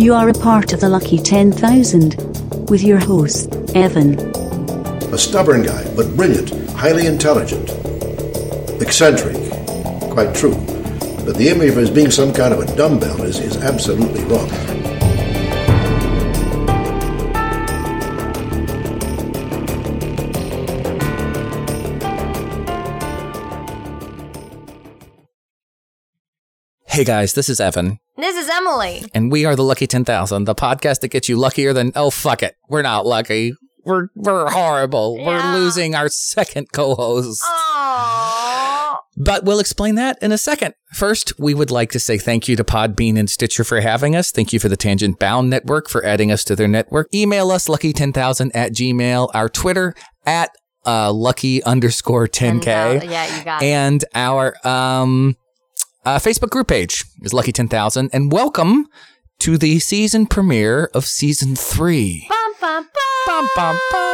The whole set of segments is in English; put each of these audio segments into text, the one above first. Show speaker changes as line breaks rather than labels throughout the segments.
You are a part of the lucky 10,000 with your host, Evan.
A stubborn guy, but brilliant, highly intelligent, eccentric, quite true. But the image of his being some kind of a dumbbell is, is absolutely wrong.
Hey guys, this is Evan,
This is Emily.
and we are the Lucky 10,000, the podcast that gets you luckier than, oh, fuck it. We're not lucky. We're, we're horrible.
Yeah. Oh.
We're losing our second co host.
Aww.
But we'll explain that in a second. First, we would like to say thank you to Podbean and Stitcher for having us. Thank you for the Tangent Bound Network for adding us to their network. Email us lucky10,000 at Gmail, our Twitter at uh, lucky underscore 10K.
Oh, Yeah, you got it.
and our um, uh, Facebook group page is Lucky 10,000. And welcome to the season premiere of season three.
Bum, bum, bum.
Bum, bum, bum.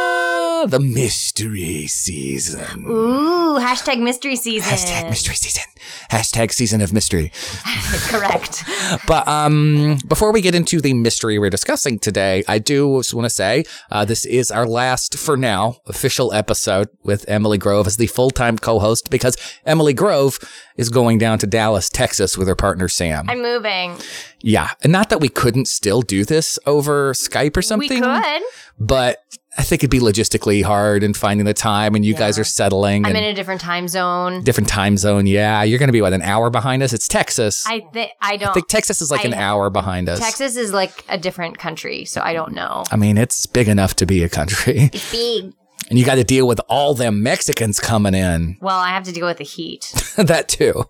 The mystery season.
Ooh, hashtag mystery season.
Hashtag mystery season. Hashtag season of mystery.
Correct.
But um, before we get into the mystery we're discussing today, I do just want to say uh, this is our last, for now, official episode with Emily Grove as the full time co host because Emily Grove is going down to Dallas, Texas with her partner, Sam.
I'm moving.
yeah. And not that we couldn't still do this over Skype or something,
We could.
but I think it'd be logistically hard and finding the time, and you guys are settling.
I'm
and
in a different time zone.
Different time zone. Yeah. You're going to be, what, an hour behind us? It's Texas.
I think I don't.
I think Texas is like
I-
an hour behind us.
Texas is like a different country, so I don't know.
I mean, it's big enough to be a country.
It's big.
And you got to deal with all them Mexicans coming in.
Well, I have to deal with the heat.
that too.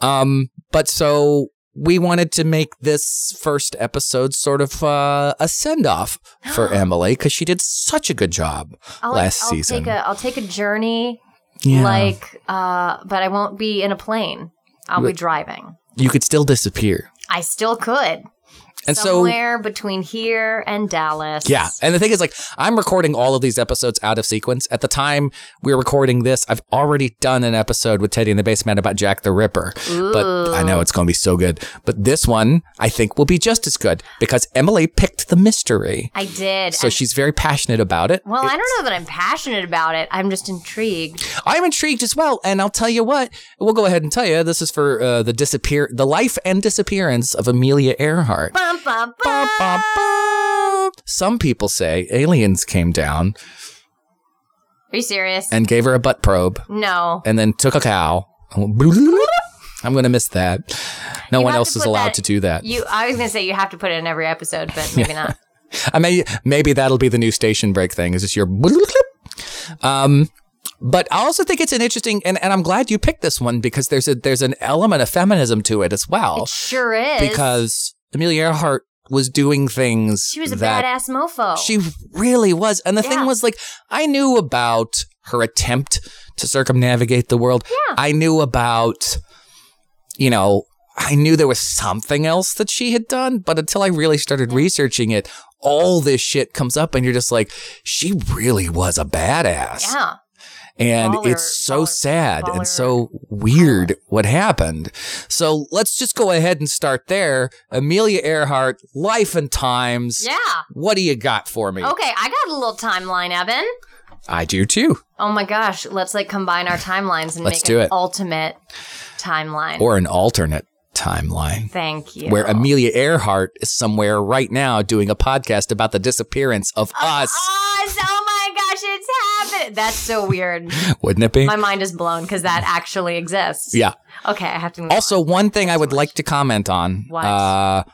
Um, but so we wanted to make this first episode sort of uh, a send off for Emily because she did such a good job
I'll,
last
I'll
season.
Take a, I'll take a journey,
Yeah.
like, uh, but I won't be in a plane. I'll be driving.
you could still disappear.
I still could.
And so
somewhere between here and Dallas.
Yeah. And the thing is, like, I'm recording all of these episodes out of sequence. At the time we're recording this, I've already done an episode with Teddy in the Basement about Jack the Ripper. But I know it's going to be so good. But this one, I think, will be just as good because Emily picked the mystery.
I did.
So
And-
she's very passionate about it.
well, I don't know that I'm passionate about it. I'm just intrigued.
I'm intrigued as well. And I'll tell you what, we'll go ahead and tell you this is for uh, the disappear, the life and disappearance of Amelia Earhart.
Bum, bum,
Ba,
bum.
ba, ba. Some people say aliens came down
Are you serious?
and gave her a butt probe.
no.
and then took a cow. I'm going to miss that. No
You
one
have
else
to
is
put
allowed
that-
to do that.
You. I was gonna say you have to put it in every episode, but maybe not.
I mean, maybe that'll be the new station break thing. Is this your? Um, but I also think it's an interesting, and, and I'm glad you picked this one because there's a there's an element of feminism to it as well
Sure is.
because Amelia Earhart was doing things
she was a
that
badass mofo.
She really was. And the thing
Oh. Yeah.
was, like, I knew about her attempt to circumnavigate the world.
Yeah.
I knew about, you know, I knew there was something else that she had done, but until I really started researching it, all this shit comes up, and you're just like, she really was a badass.
Yeah.
And
Baller,
it's so
baller,
sad
baller.
and so weird what happened. So let's just go ahead and start there. Amelia Earhart, Life and Times.
Yeah.
What do you got for me?
Okay. I got a little timeline, Evan.
I do too.
Oh my gosh. Let's like combine our timelines and
Let's
make
do
an
it.
ultimate timeline.
Or an alternate timeline
Thank you.
where Amelia Earhart is somewhere right now doing a podcast about the disappearance of us.
Us. Oh my gosh, it's happening. That's so weird.
Wouldn't it be?
My mind is blown because that actually exists.
yeah.
Okay, I have to move.
Also, one thing I would like to comment on.
What?
Uh,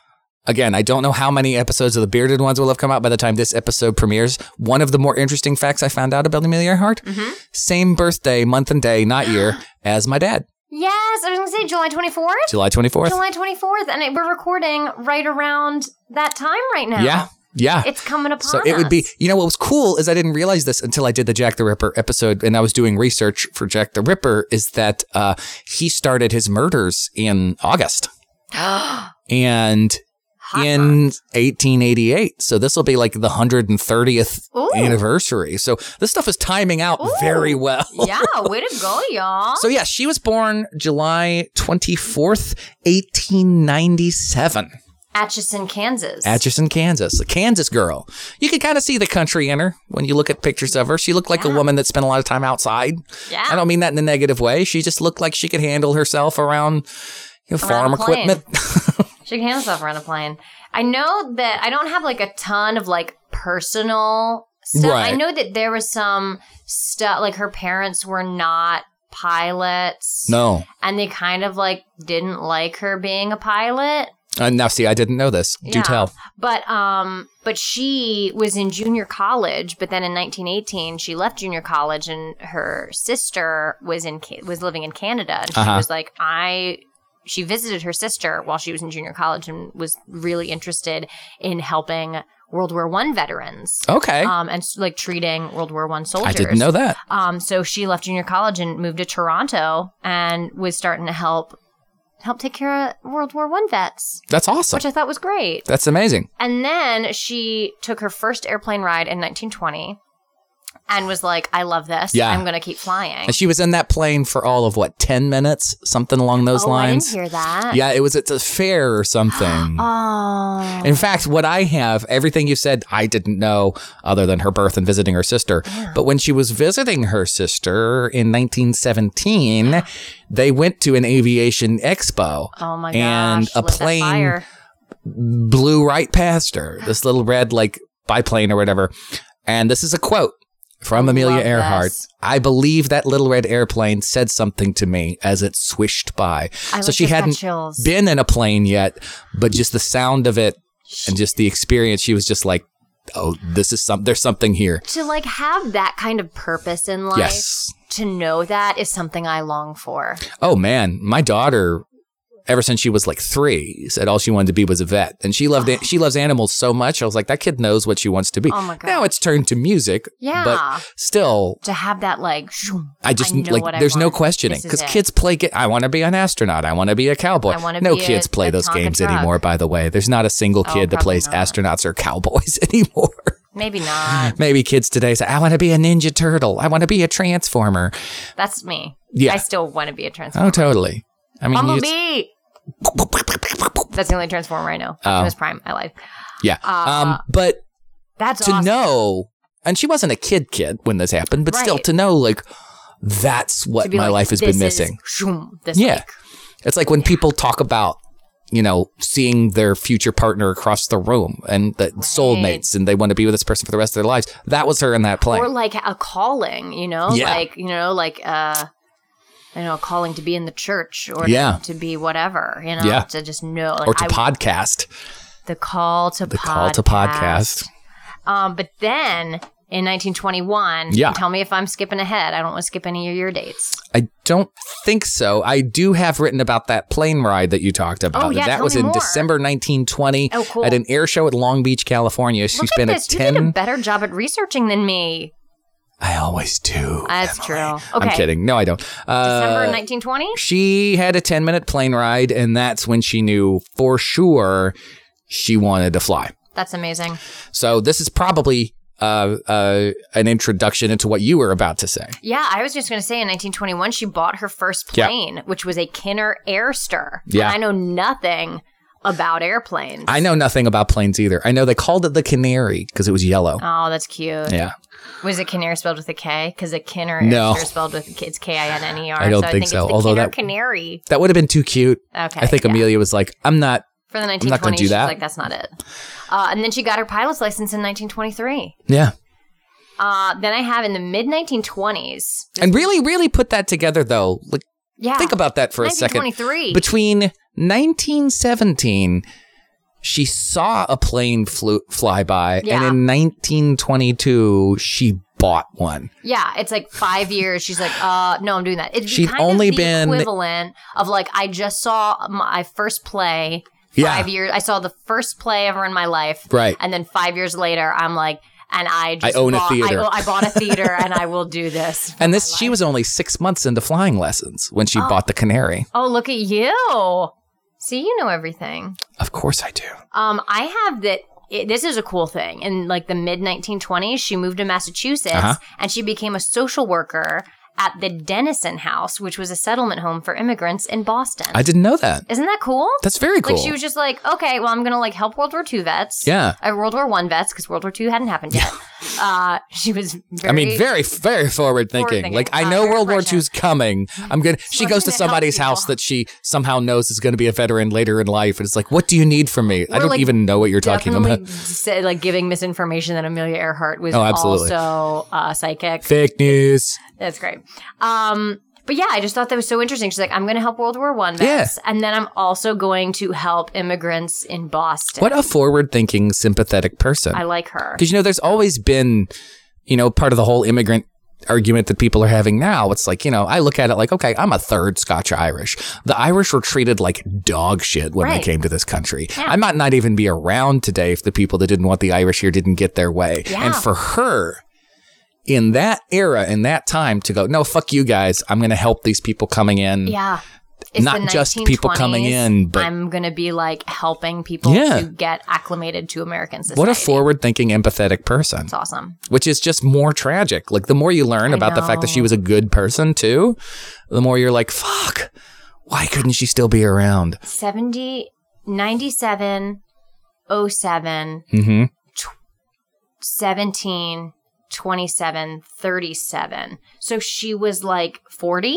again, I don't know how many episodes of the bearded ones will have come out by the time this episode premieres. One of the more interesting facts I found out about Amelia Earhart
Mm-hmm.
same birthday, month and day, not year, as my dad,
on. Yes, I was going to say July 24th.
July 24th.
July 24th. And it- we're recording right around that time right now.
yeah. Yeah.
It's coming upon
So it would be,
us.
you know, what was cool is I didn't realize this until I did the Jack the Ripper episode and I was doing research for Jack the Ripper is that uh, he started his murders in August and in 1888. So this will be like the 130th
Ooh.
anniversary. So this stuff is timing out very well.
yeah, way to go, y'all.
So yeah, she was born July 24th, 1897.
Atchison, Kansas.
Atchison, Kansas, a Kansas girl. You can kind of see the country in her when you look at pictures of her. She looked like a
Yeah.
woman that spent a lot of time outside.
Yeah.
I don't mean that in a negative way. She just looked like she could handle herself around you know,
Around
farm
a plane.
equipment.
She can handle herself around a plane. I know that I don't have like a ton of like personal stuff.
Right.
I know that there was some stuff like her parents were not pilots.
no.
And they kind of like didn't like her being a pilot.
Uh, now, see, I didn't know this. Do
Yeah.
tell.
But um but she was in junior college, but then in 1918 she left junior college and her sister was in Ca- was living in Canada. And she
Uh-huh.
was like I she visited her sister while she was in junior college and was really interested in helping World War 1 veterans.
Okay.
Um and s- like treating World War 1 soldiers.
I didn't know that.
Um so she left junior college and moved to Toronto and was starting to help help take care of World War 1 vets,
That's awesome.
which I thought was great.
That's amazing.
And then she took her first airplane ride in 1920 and was like, I love this.
Yeah.
I'm going to keep flying.
And she was in that plane for all of what, 10 minutes? Something along those
oh,
lines.
I didn't hear that.
Yeah, it was at a fair or something.
Oh.
In fact, what I have, everything you said, I didn't know other than her birth and visiting her sister. But when she was visiting her sister in 1917, they went to an aviation expo.
oh my gosh.
and a
lit that
plane-
fire.
blew right past her, this little red like biplane or whatever. And this is a quote from Amelia
Oh, love
Earhart.
this.
I believe that little red airplane said something to me as it swished by.
I
so
like
she
just got
hadn't
chills.
been in a plane yet, but just the sound of it and just the experience, she was just like, "Oh, this is some. There's something here."
To like have that kind of purpose in life,
Yes.
to know that is something I long for.
Oh man, my daughter, ever since she was like three, said all she wanted to be was a vet, and she loved she loves animals so much. I was like, that kid knows what she wants to be.
Oh, my God.
Now it's turned to music.
Yeah.
but still,
To have that like, shoom,
I just
know
like
what I
there's no
want.
questioning
This is
because
it.
kids play. Ga- I want to be an astronaut. I want to be a cowboy.
I wanna
no
be a-
kids play
a
those
Tonka
games
truck.
anymore. By the way, there's not a single
Oh,
kid that
probably
plays
not.
astronauts or cowboys anymore.
Maybe not.
Maybe kids today say, "I want to be a ninja turtle. I want to be a transformer."
That's me.
Yeah.
I still want to be a transformer.
Oh, totally. I mean, you just-
Bumblebee. That's the only transformer I know.
Oh.
Optimus Prime. I lied.
yeah.
Uh,
um, but
That's
to
awesome.
know and she wasn't a kid kid when this happened but still
Right.
to know like that's what
To be
my
like,
life has
this
been
is-
missing
shoom, this
Yeah.
week.
it's like when people talk about you know seeing their future partner across the room and the soulmates and they want to be with this person for the rest of their lives that was her in that plane
or like a calling, you know,
Yeah.
like you know, like uh, you know, a calling to be in the church or
Yeah.
to, be whatever, you know,
Yeah.
to just know, like,
or to
I-
podcast
the call to
the
podcast.
call to podcast
Um, but then. In 1921,
Yeah.
tell me if I'm skipping ahead. I don't want to skip any of your dates.
i don't think so i do have written about that plane ride that you talked about
Oh, yeah,
that
tell
was
me
in
more.
december 1920
Oh, cool.
at an air show at long beach california she
Look
spent
at this.
a
You
10
did a better job at researching than me.
I always do.
That's
Emily.
true.
I'm
Okay.
kidding. No, I don't.
December
Uh,
1920?
she had a 10 minute plane ride, and that's when she knew for sure she wanted to fly.
That's amazing.
So, this is probably uh, uh, an introduction into what you were about to say.
Yeah, I was just going to say in 1921, she bought her first
Yeah.
plane, which was a Kinner Airster.
Yeah.
And I know nothing about airplanes.
I know nothing about planes either. I know they called it the canary because it was yellow.
Oh, that's cute.
Yeah.
Was it Kinner spelled with a K? Because a Kinner
No.
Airster spelled with a K- it's K I N N E R.
I don't
so
think
I think
so,
It's the
although
Kinner
that-
Canary.
That would have been too cute.
Okay.
I think
yeah.
Amelia was like, I'm not.
For the
not gonna
1920s,
do
she's
that.
like, that's not it. Uh, and then she got her pilot's license in 1923.
Yeah.
Uh, then I have in the mid 1920s.
And really, really put that together, though. Like,
Yeah.
think about that for a second.
1923.
Between 1917, she saw a plane flew, fly by,
Yeah.
and in 1922, she bought one.
Yeah, it's like five years. She's like, uh, no, I'm doing that. It'd
She'd
be kind
only
of the
been-
equivalent of like I just saw my first play
Yeah.
five years. I saw the first play ever in my life,
Right.
And then five years later, I'm like, and I just
I own a
bought,
theater.
I, o- I bought a theater, and I will do this. for
And
my
this, she
life.
was only six months into flying lessons when she bought the canary.
Oh, look at you! See, you know everything.
Of course, I do.
Um, I have that. It, this is a cool thing. In like the mid 1920s, she moved to Massachusetts
Uh-huh.
and she became a social worker at the Denison House, which was a settlement home for immigrants in Boston.
I didn't know that.
Isn't that cool?
That's very cool.
Like she was just like, okay, well, I'm gonna like help World War II vets.
Yeah.
uh, World War One vets because World War II hadn't happened yet. uh, she was. Very,
I mean, very, very forward thinking.
thinking.
Like, I
Uh,
know
very
World War
fortunate.
II's coming. I'm gonna. She
we're
goes to
Mm-hmm. gonna help
somebody's
people.
house that she somehow knows is going to be a veteran later in life, and it's like, what do you need from me? I
We're,
don't
like,
even know what you're talking
definitely
about.
said, like giving misinformation that Amelia Earhart was
Oh, absolutely.
also uh, psychic.
Fake news.
That's great. Um, but yeah, I just thought that was so interesting. She's like, I'm going to help World War One vets, and then I'm also going to help immigrants in Boston.
What a forward thinking, sympathetic person.
I like her.
Because you know, there's always been, you know, part of the whole immigrant argument that people are having now. It's like, you know, I look at it like, okay, I'm a third Scotch Irish. The Irish were treated like dog shit when
Right.
they came to this country. I might not even be around today if the people that didn't want the Irish here didn't get their way.
Yeah.
And for her, in that era, in that time, to go, no, fuck you guys. I'm going to help these people coming in.
Yeah. It's
Not
the
just people
1920s.
coming in, but-
I'm going to be like helping people
Yeah.
to get acclimated to American society.
What a forward thinking, empathetic person.
It's awesome.
which is just more tragic. Like the more you learn
I
about the fact that she
know.
was a good person too, the more you're like, fuck, why couldn't she still be around?
70, 97, 07,
hmm
17, 27, 37. So she was like 40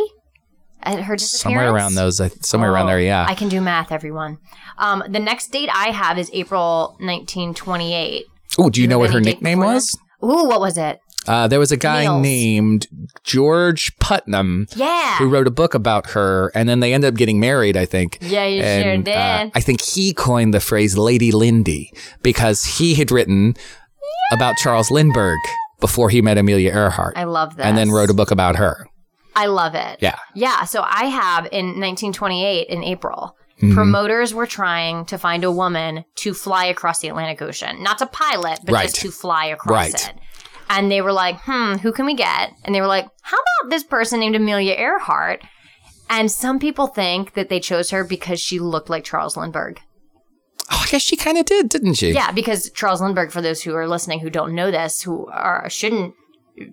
at her disappearance.
Somewhere around those, I- somewhere around
Oh,
there, yeah.
I can do math, everyone. Um, the next date I have is April 1928.
oh, do you know what her
Any date
nickname
before
was?
then? Ooh, what was it?
Uh, there was a guy
Niels.
named George Putnam
Yeah.
who wrote a book about her, and then they ended up getting married, I think.
Yeah, you
and,
sure
uh,
did.
I think he coined the phrase Lady Lindy because he had written about Charles Lindbergh before he met Amelia Earhart.
I love this.
and then wrote a book about her.
I love it.
Yeah.
Yeah. So I have in 1928 in April.
Mm-hmm.
Promoters were trying to find a woman to fly across the Atlantic Ocean, not to pilot, but
Right.
just to fly across
Right.
it. And they were like, "Hmm, who can we get?" And they were like, "How about this person named Amelia Earhart?" And some people think that they chose her because she looked like Charles Lindbergh.
Oh, I guess she kind of did, didn't she?
Yeah, because Charles Lindbergh, for those who are listening who don't know this, who are shouldn't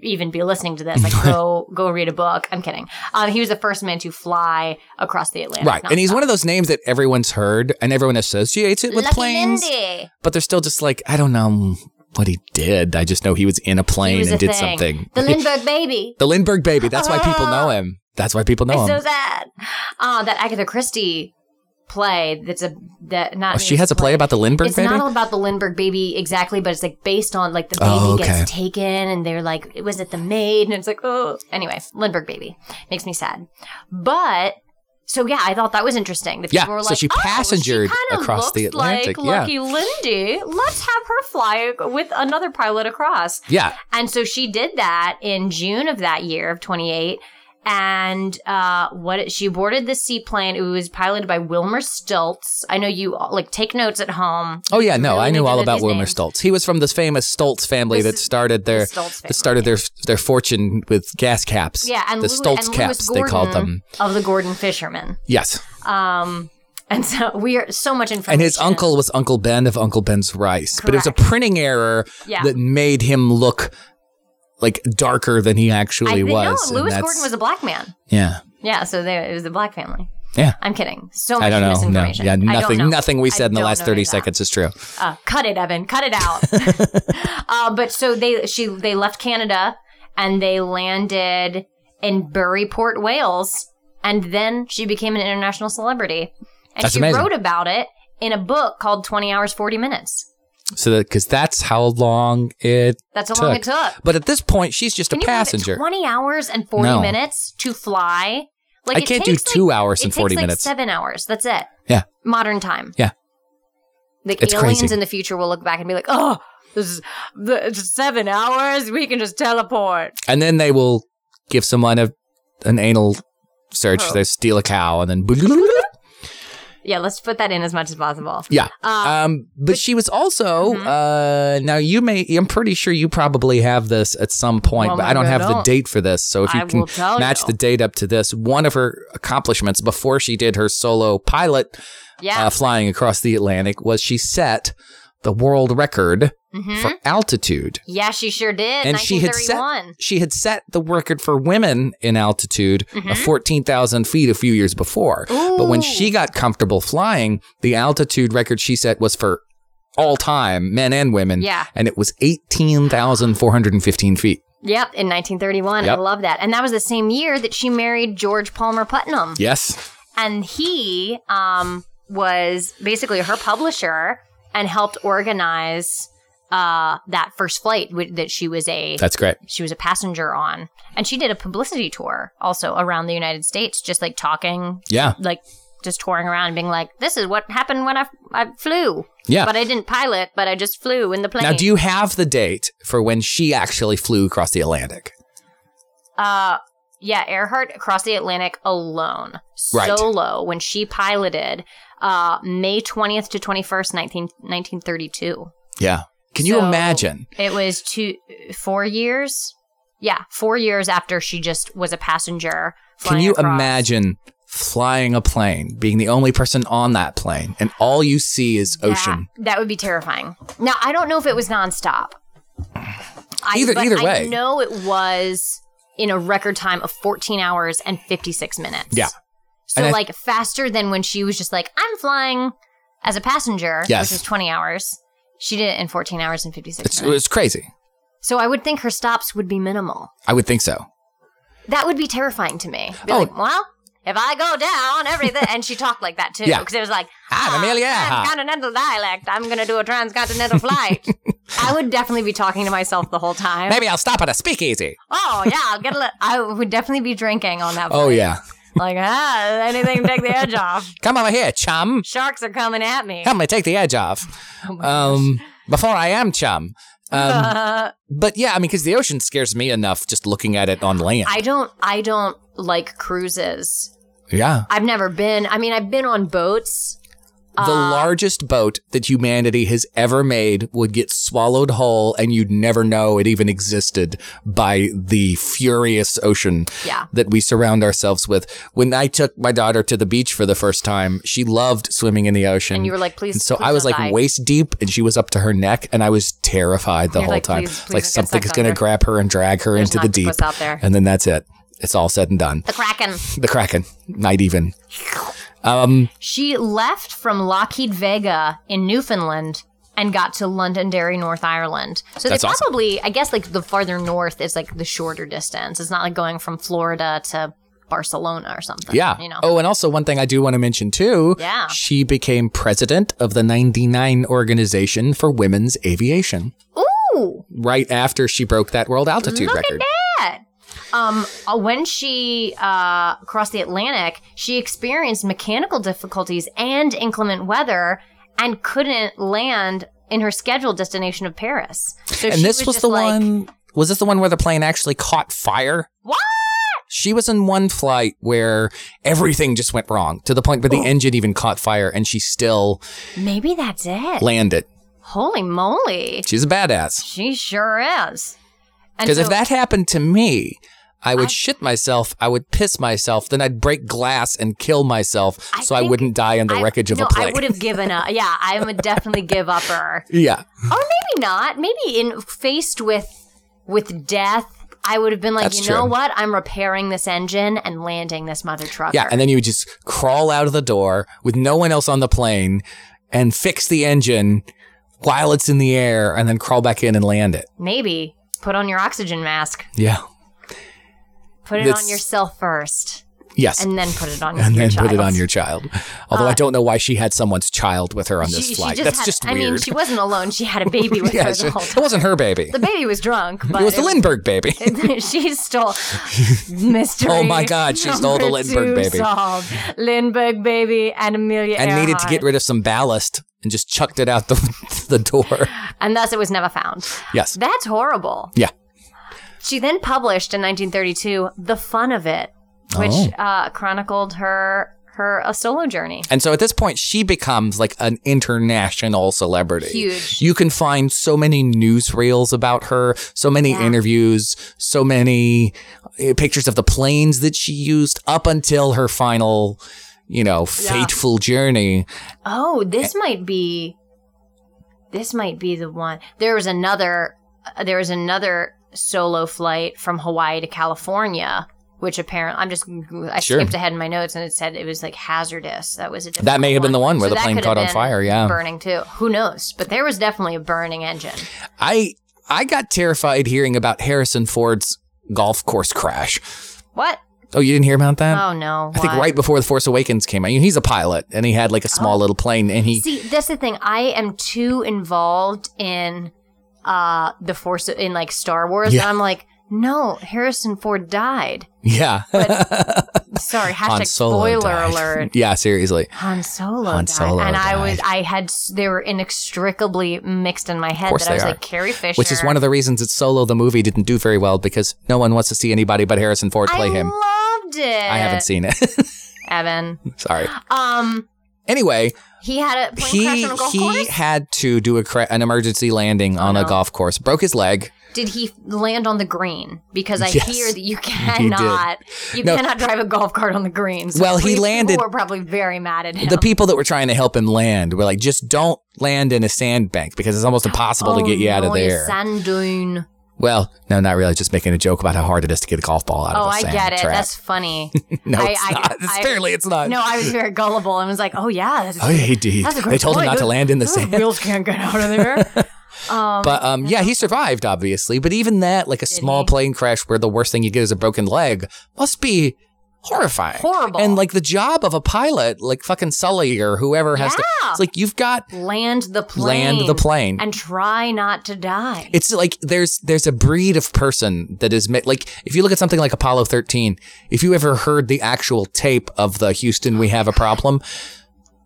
even be listening to this, like go go read a book. I'm kidding. Um, he was the first man to fly across the Atlantic.
Right. And he's one of those names that everyone's heard and everyone associates it with
Lucky
planes.
Lindy.
But they're still just like, I don't know what he did. I just know he was in a
He
plane
was
and
a
did
thing.
something.
The Lindbergh baby.
The Lindbergh baby. That's why people know him. That's why people know
It's so
him.
sad. Uh, that Agatha Christie play. That's a that not.
Oh, she has a play about the Lindbergh
It's
baby?
not all about the Lindbergh baby exactly, but it's like based on like the baby
Oh, okay.
gets taken and they're like, it was it the maid? And it's like, oh, anyway, Lindbergh baby makes me sad. But so yeah, I thought that was interesting. That
Yeah,
people were
so
like,
she
oh,
passengered
she kinda
across the
looks
Atlantic, yeah.
Like Lucky Lindy, let's have her fly with another pilot across.
yeah.
And so she did that in June of that year of 28. And uh, what it, she boarded the seaplane. It was piloted by Wilmer Stultz. I know you all- like take notes at home.
Oh yeah, no,
Really
I
need
knew
to
all
know
about
these
Wilmer
names.
Stoltz. He was from this famous Stoltz family
This
that
is
started their
Stultz
that started their their fortune with gas caps.
Yeah, and
the
Lew-
Stoltz
and
caps
Lewis
they called
Gordon
them.
of the Gordon Fishermen.
Yes.
Um, and so we are so much information.
And his uncle was Uncle Ben of Uncle Ben's Rice. But it was a
Correct.
printing error
Yeah.
that made him look like darker than he actually
I think,
was.
No,
and
Lewis
that's-
Gordon was a black man.
yeah.
Yeah, so they, it was the black family.
Yeah.
I'm kidding. So much
I don't know. No.
misinformation.
Yeah,
I don't
nothing
know.
nothing we
I
said in the
don't
last
know
30
any of that.
seconds is true.
uh, cut it, Evan, cut it out. uh, but so they she they left Canada and they landed in Buryport, Wales, and then she became an international celebrity. And
That's
she
amazing.
wrote about it in a book called Twenty Hours Forty Minutes.
So that cuz that's how long it
That's how
took.
long it took.
But at this point she's just
Can
a
you believe it?
passenger.
Twenty hours and forty
No.
minutes to fly. Like
I
it
can't do
takes,
2
like-
hours
it
and
takes,
40
like,
minutes.
Seven hours. That's it.
Yeah.
Modern time.
Yeah.
Like
It's
aliens
crazy.
in the future will look back and be like, oh, this is the, it's seven hours. We can just teleport.
and then they will give someone a an anal search.
Oh.
They steal a cow and then
Yeah, let's put that in as much as possible.
Yeah.
Uh, Mm-hmm.
Um, but, she was also uh, now you may I'm pretty sure you probably have this at some point,
Well,
but I don't
maybe I
have the
don't.
date for this. So if you
I
can
will tell
match
you.
the date up to this, one of her accomplishments before she did her solo pilot
yeah.
uh, flying across the Atlantic was she set the world record
Mm-hmm.
for altitude.
Yeah, she sure did.
And she had set
1931.
she had set the record for women in altitude of
Mm-hmm.
fourteen thousand feet a few years before. But when she got comfortable flying, the altitude record she set was for all time, men and women.
Yeah.
and it was eighteen thousand four hundred and fifteen feet.
Yep, in 1931.
Yep.
I love that. And that was the same year that she married George Palmer Putnam.
Yes,
And he um, was basically her publisher and helped organize uh, that first flight wi- that she was a
that's great.
she was a passenger on. And she did a publicity tour also around the United States, just like talking,
Yeah,
like just touring around and being like, this is what happened when I, I flew.
yeah.
But I didn't pilot, but I just flew in the plane.
now, do you have the date for when she actually flew across the Atlantic?
Uh, yeah, Earhart across the Atlantic alone,
Right.
solo, when she piloted uh, May 20th to 21st, 19, 1932.
Yeah. Can you
So-
imagine?
It was two, four years. Yeah, four years after she just was a passenger.
Can
flying
you
across.
imagine flying a plane, being the only person on that plane, and all you see is
Yeah,
ocean?
Ah, that would be terrifying. Now, I don't know if it was nonstop. I,
Either-
but
either
I
way.
know it was in a record time of 14 hours and 56 minutes.
Yeah.
So
And I-
like faster than when she was just like, I'm flying as a passenger,
Yes.
which was 20 hours. She did it in 14 hours and 56
It's,
minutes.
it's crazy.
so I would think her stops would be minimal.
I would think so.
That would be terrifying to me. Be
Oh.
like, well, if I go down, everything. and she talked like that too.
Yeah.
Because it was like,
I'm Amelia Earhart."
Transcontinental dialect. I'm going to do a transcontinental flight. I would definitely be talking to myself the whole time.
Maybe I'll stop at a speakeasy.
Oh, yeah. I'll get a li- I would definitely be drinking on that.
Oh,
flight.
yeah.
Like, ah, anything to take the edge off.
Come over here, chum.
Sharks are coming at me.
Help me take the edge off.
Oh
um, before I am chum. Um, but yeah, I mean, because the ocean scares me enough just looking at it on land.
I don't I don't like cruises.
yeah.
I've never been. I mean, I've been on boats.
the
Uh,
largest boat that humanity has ever made would get swallowed whole and you'd never know it even existed by the furious ocean
Yeah.
that we surround ourselves with. When I took my daughter to the beach for the first time, she loved swimming in the ocean.
And you were like, please.
And so
please
I was
don't
like
die.
waist deep and she was up to her neck and I was terrified the
You're
whole
like,
time.
please, please
like
don't get
something
sucked
is going to
under.
grab her and drag her
There's
into the
an
deep.
octopus out there.
And then that's it. It's all said and done.
The Kraken.
The Kraken, night even.
She left from Lockheed Vega in Newfoundland and got to Londonderry, North Ireland. So
That's
they
awesome.
probably, I guess, like the farther north is like the shorter distance. It's not like going from Florida to Barcelona or something.
Yeah.
You know.
Oh, and also one thing I do want to mention too.
Yeah.
She became president of the 99 Organization for Women's Aviation Oh.
Ooh.
right after she broke that world altitude record.
that. Um, uh, when she uh, crossed the Atlantic, she experienced mechanical difficulties and inclement weather and couldn't land in her scheduled destination of Paris. So
And
she
this was,
just
the
like,
one. Was this the one where the plane actually caught fire?
What?
She was in one flight where everything just went wrong to the point where the
Oh.
engine even caught fire and she still
Maybe that's it.
landed.
Holy moly.
She's a badass.
She sure is. And
Because if
so-
that happened to me, I would shit myself. I would piss myself. Then I'd break glass and kill myself,
I
so I
think
wouldn't die in the
I-
wreckage of
no,
a plane.
I would have given up. Yeah, I'm a definitely give upper.
yeah,
Or maybe not. Maybe in faced with with death, I would have been like,
That's
you know
true.
what? I'm repairing this engine and landing this mother trucker.
yeah. And then you would just crawl out of the door with no one else on the plane and fix the engine while it's in the air, and then crawl back in and land it.
maybe put on your oxygen mask.
Yeah.
Put it
That's-
on yourself first,
Yes.
and then put it on
And
your
then
child. Uh,
put it on your child. Although I don't know why she had someone's child with her on this flight. That's
had,
just
I
weird.
mean, she wasn't alone. She had a baby with
yeah,
her
she-
the whole
it
time.
wasn't her baby.
The baby was drunk, but
it was the
it-
Lindbergh baby.
she stole mystery.
Oh my God, she stole the
number
Lindbergh
two
baby.
solved. Lindbergh baby and Amelia
and needed to
Earhart.
get rid of some ballast and just chucked it out the, the door.
and thus it was never found.
Yes.
That's horrible.
Yeah.
She then published in 1932 The Fun of It, which
Oh.
uh, chronicled her her a solo journey.
And so at this point, she becomes like an international celebrity.
Huge.
You can find so many newsreels about her, so many interviews, so many uh, pictures of the planes that she used up until her final, you know, fateful journey.
Oh, this might be This might be the one. There was another. uh, There was another solo flight from Hawaii to California, which apparently I'm just I
Sure.
skipped ahead in my notes and it said it was like hazardous. That was a different
That may have been the one where
So
the
that
plane
could have
caught on
been
fire. Yeah.
burning too. Who knows? But there was definitely a burning engine.
I I got terrified hearing about Harrison Ford's golf course crash.
What?
Oh, you didn't hear about that?
oh no!
I think
why? Oh.
right before The Force Awakens came out. You know, he's a pilot and he had like a small little plane and he
See, that's the thing. I am too involved in uh the force in like Star Wars.
Yeah.
And I'm like, no, Harrison Ford died.
yeah.
Sorry,
Han
hashtag
Solo
spoiler
died.
alert.
yeah, seriously.
Han Solo,
Han
died.
Solo
and I was,
died.
I had, s- they were inextricably mixed in my head.
course
That I
they
was
are.
like Carrie Fisher,
Which is one of the reasons that Solo the movie didn't do very well because no one wants to see anybody but Harrison Ford play
I
him.
loved it.
I haven't seen it.
Evan.
Sorry.
Um,
Anyway,
he had a plane crash
he
on a golf
he
course. Oh,
had to do a cra- an emergency landing on a
no.
golf course. Broke his leg.
Did he land on the green? Because I
Yes.
hear that you cannot, you
No.
cannot drive a golf cart on the greens.
Well, he landed-
People were probably very mad at him.
The people that were trying to help him land were like, "Just don't land in a sandbank because it's almost impossible to
Oh,
get you out of
no, you
there."
Sand dune.
well, no, not really. Just making a joke about how hard it is to get a golf ball out
Oh,
of a
I
sand
get it.
trap.
That's funny.
no,
I-
it's
I-
not. It's
I-
Apparently, it's not.
no, I was very gullible and was like, "Oh yeah, that's,
Oh, yeah, he did.
that's a great
They told him
point.
not to
Those-
land in the
those
sand.
Wheels can't get out of there." um,
But um, yeah, he survived, obviously. But even that, like a small
he?
plane crash where the worst thing you get is a broken leg, must be horrifying.
Horrible.
And like the job of a pilot, like fucking Sully or whoever has to,
Yeah.
it's like you've got
land the plane.
land the plane.
and try not to die.
it's like there's there's a breed of person that is ma- like if you look at something like Apollo 13, if you ever heard the actual tape of the Houston we have a problem,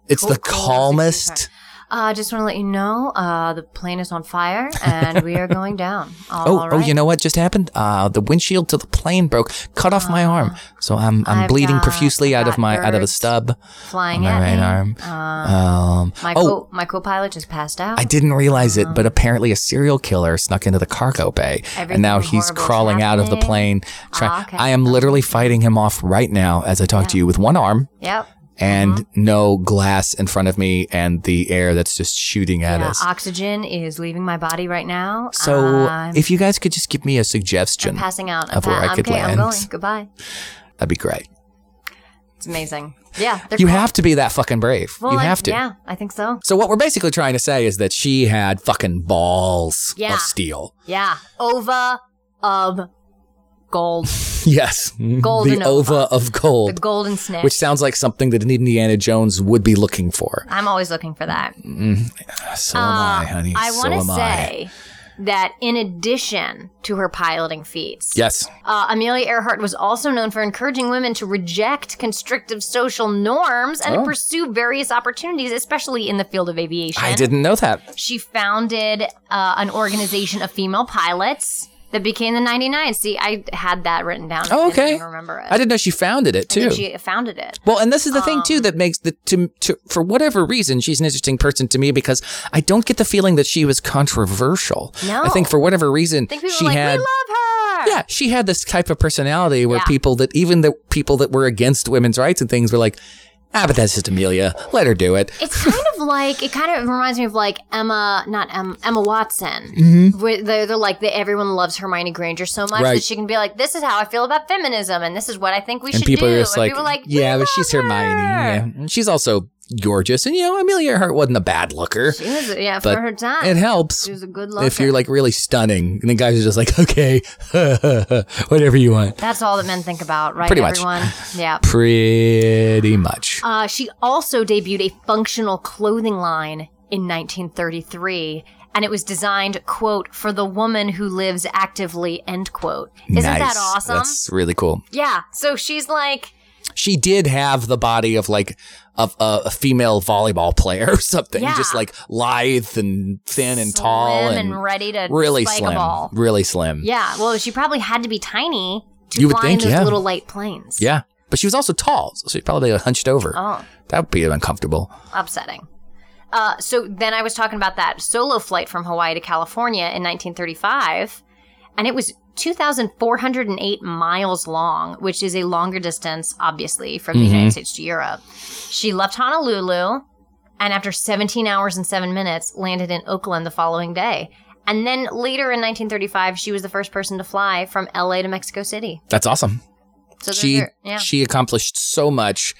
it's
Cool,
the
cool, that's a good
calmest.
I uh, just want to let you know uh, the plane is on fire and we are going down. All
Oh, oh,
right.
you know what just happened? Uh, the windshield to the plane broke, cut off my arm, so I'm I'm
Uh, I've
bleeding
got-
profusely out
I've
of
got
my out of a
birds
stub.
flying
my
at
right
me.
arm.
Uh,
Um,
my
oh,
co my co-pilot just passed out.
I didn't realize it, but apparently a serial killer snuck into the cargo bay, and now
uh, Everything
he's
horrible's
crawling out of the
happening.
plane. Try-
Ah, okay.
I am literally fighting him off right now as I talk to you with one arm
Yep.
and
Mm-hmm.
no glass in front of me and the air that's just shooting at
Yeah,
us.
oxygen is leaving my body right now.
so
I'm
if you guys could just give me a suggestion,
passing out. I'm
of where I
I'm
could
okay,
land.
I'm going. Goodbye.
that'd be great.
It's amazing. Yeah. they're
You
cool.
have to be that fucking brave.
Well,
you
I-
have to.
Yeah, I think so.
So what we're basically trying to say is that she had fucking balls
Yeah.
of steel.
Yeah. Ova of gold.
Yes,
Golden
the ova, of
the
gold,
golden snitch.
which sounds like something that an Indiana Jones would be looking for.
I'm always looking for that.
So am I,
Uh,
honey.
I
Mm, so
want to
am I.
say that in addition to her piloting feats,
Yes,
uh, Amelia Earhart was also known for encouraging women to reject constrictive social norms
Oh.
and to pursue various opportunities, especially in the field of aviation.
I didn't know that.
She founded uh, an organization of female pilots that became the 99. See, I had that written down.
Oh,
I
okay.
didn't remember it.
I didn't know she founded it
I
too.
think she founded it.
Well, and this is the thing
Um,
too that makes the to, to for whatever reason she's an interesting person to me because I don't get the feeling that she was controversial.
No.
I think for whatever reason
I think people
she
were like,
had
we love her.
Yeah, she had this type of personality where
Yeah.
people that even the people that were against women's rights and things were like, ah, but that's just Amelia. Let her do it.
It's kind of like it kind of reminds me of like Emma, not Emma, Emma Watson. Where they're, they're like the, everyone loves Hermione Granger so much
Mm-hmm. Right.
that she can be like, "This is how I feel about feminism, and this is what I think we
and
should
people
do."
are just
and
like,
people are like,
yeah,
"We
but she's
love
Hermione. Yeah.
her."
And she's also gorgeous. And, you know, Amelia Earhart wasn't a bad looker.
She was, yeah,
But
for her time,
It helps
she was a good looker.
if you're like really stunning. And the guys are just like, okay, whatever you want.
that's all that men think about, right?
Pretty much.
everyone. Yeah.
Pretty much.
Uh, she also debuted a functional clothing line in 1933, and it was designed, quote, for the woman who lives actively, end quote. Isn't that
Nice.
awesome?
That's really cool.
Yeah. So she's like,
she did have the body of like of uh, a, a female volleyball player or something,
Yeah.
just like lithe and thin and tall
slim
and,
ready to
really
spike
slim,
a ball.
really slim.
Yeah. Well, she probably had to be tiny to
You would
fly
think,
in those
yeah.
little light planes.
Yeah. but she was also tall, so she probably hunched over.
Oh,
That would be uncomfortable.
upsetting. Uh, so then I was talking about that solo flight from Hawaii to California in 1935, and it was 2,408 miles long, which is a
Mm-hmm.
longer distance, obviously, from the United States to Europe. She left Honolulu and after 17 hours and 7 minutes landed in Oakland the following day. And then later in 1935, she was the first person to fly from LA to Mexico City.
That's awesome.
So those
she
are- yeah.
she accomplished so much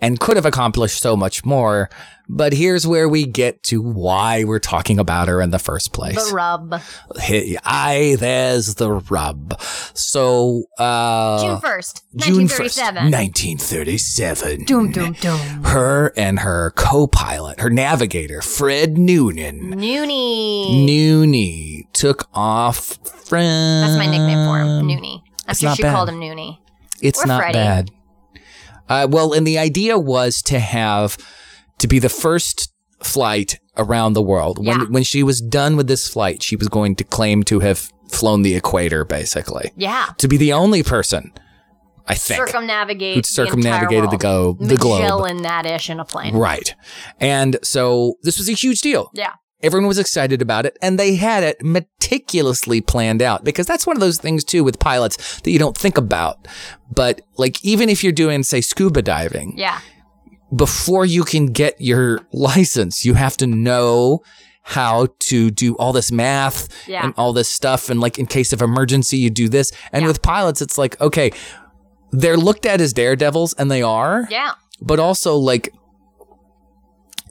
and could have accomplished so much more but here's where we get to why we're talking about her in the first place
the
Uh,
rub.
Hey, aye there's the rub so
June
uh
1st,
June
1937.
1937
Doom, doom, doom.
her and her co-pilot her navigator fred noonan
Noonie.
Noonie took off friend
That's my nickname for him, Noonie.
Um,
I'm
it's
sure
not
she
bad.
called him Noonie.
It's
Or
not
Freddy.
bad. Uh, well, and the idea was to have to be the first flight around the world.
Yeah.
When when she was done with this flight, she was going to claim to have flown the equator, basically,
Yeah.
to be the only person, I think,
Circumnavigate.
who'd circumnavigated the,
entire world.
go the globe.
Magellan that ish in a plane.
Right, and so this was a huge deal.
Yeah.
Everyone was excited about it, and they had it meticulously planned out because that's one of those things, too, with pilots that you don't think about. But, like, even if you're doing, say, scuba diving,
Yeah.
before you can get your license, you have to know how to do all this math
Yeah.
and all this stuff. And, like, in case of emergency, you do this. And
Yeah.
with pilots, it's like, okay, they're looked at as daredevils, and they are
Yeah.
but also like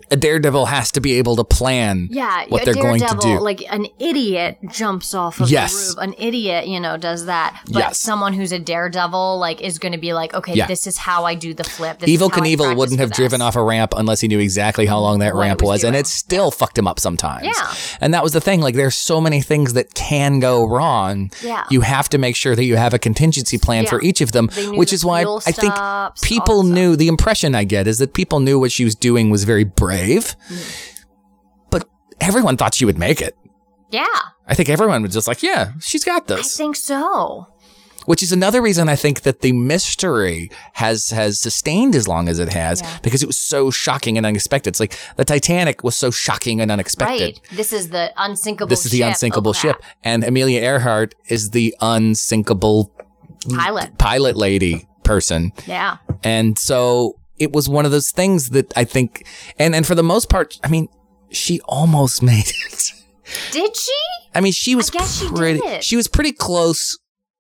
a daredevil has to be able to plan
Yeah.
what
a
they're going
daredevil,
to do.
Like an idiot jumps off of
Yes.
the roof. An idiot, you know, does that. But
Yes.
someone who's a daredevil, like, is going to be like, okay,
Yeah.
this is how I do the flip. This
Evil
is how I
Knievel
practice
wouldn't have
for
driven
this.
off a ramp unless he knew exactly how long that
What it
ramp
was
was, and
doing.
it still fucked him up sometimes.
Yeah.
And that was the thing. Like, there's so many things that can go wrong.
Yeah.
You have to make sure that you have a contingency plan
Yeah.
for each of them,
They knew
which
the
is why
fuel
I think
stops, all
people
that stuff.
knew the impression I get is that people knew what she was doing was very brave,
Mm.
but everyone thought she would make it.
Yeah.
I think everyone was just like, yeah, she's got
I
this.
think so.
which is another reason I think that the mystery has has sustained as long as it has
Yeah.
because it was so shocking and unexpected. It's like the Titanic was so shocking and unexpected.
Right. This is the unsinkable
This is the
ship.
unsinkable
Oh, crap.
ship, and Amelia Earhart is the unsinkable
Pilot.
pilot lady person,
Yeah.
and so it was one of those things that I think, and and for the most part, I mean, she almost made it.
Did she?
I mean, she was
guess she did
pretty.
it.
was pretty close.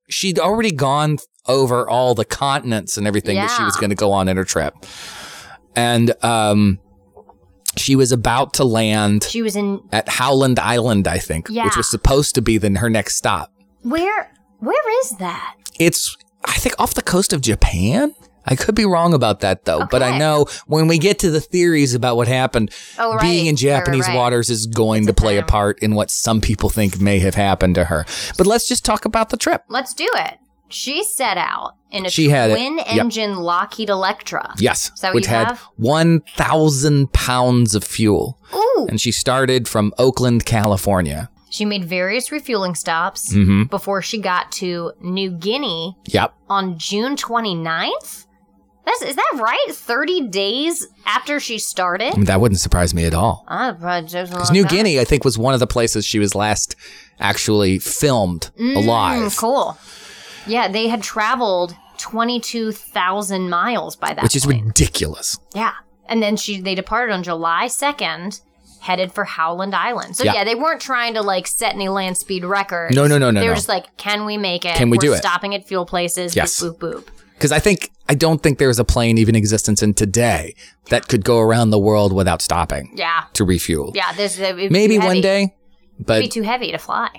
She'd already gone over all the continents and everything that she
Yeah.
was going to go on in her trip, and um, she was about to land
She was in
at Howland Island, I think,
Yeah.
which was supposed to be then her next stop.
where? Where is that?
It's, I think, off the coast of Japan. I could be wrong about that though, but I
Okay.
know when we get to the theories about what happened,
Oh, right.
being in
Right, right,
Japanese
right.
waters is going to play a part in what some people think may have happened to her. But let's just talk about the trip.
Let's do it. She set out in a
She had it.
twin
Yep.
engine Lockheed Electra.
Yes,
Is that what
which
you
had
have?
1,000 pounds of fuel.
Ooh.
And she started from Oakland, California.
She made various refueling stops
Mm-hmm.
before she got to New Guinea
Yep.
on June 29th. That's, is that right? 30 days after she started?
I mean, that wouldn't surprise me at all.
Ah, probably took a
Because
long
New
time.
Guinea, I think, was one of the places she was last actually filmed alive,
Mm, cool. Yeah, they had traveled 22,000 miles by that
which is
point.
ridiculous.
Yeah. And then she they departed on July 2nd, headed for Howland Island. So
Yeah.
yeah, they weren't trying to like set any land speed records.
No, no, no, no,
They were
no.
just like, can we make it?
Can we
We're
do it?"
Stopping at fuel places.
Yes.
Boop, boop, boop.
Because I think, I don't think there is a plane even in existence in today that could go around the world without stopping
Yeah.
to refuel.
Yeah. There's it would be
Maybe
too
one
heavy.
day,
It'd
but
be too heavy to fly.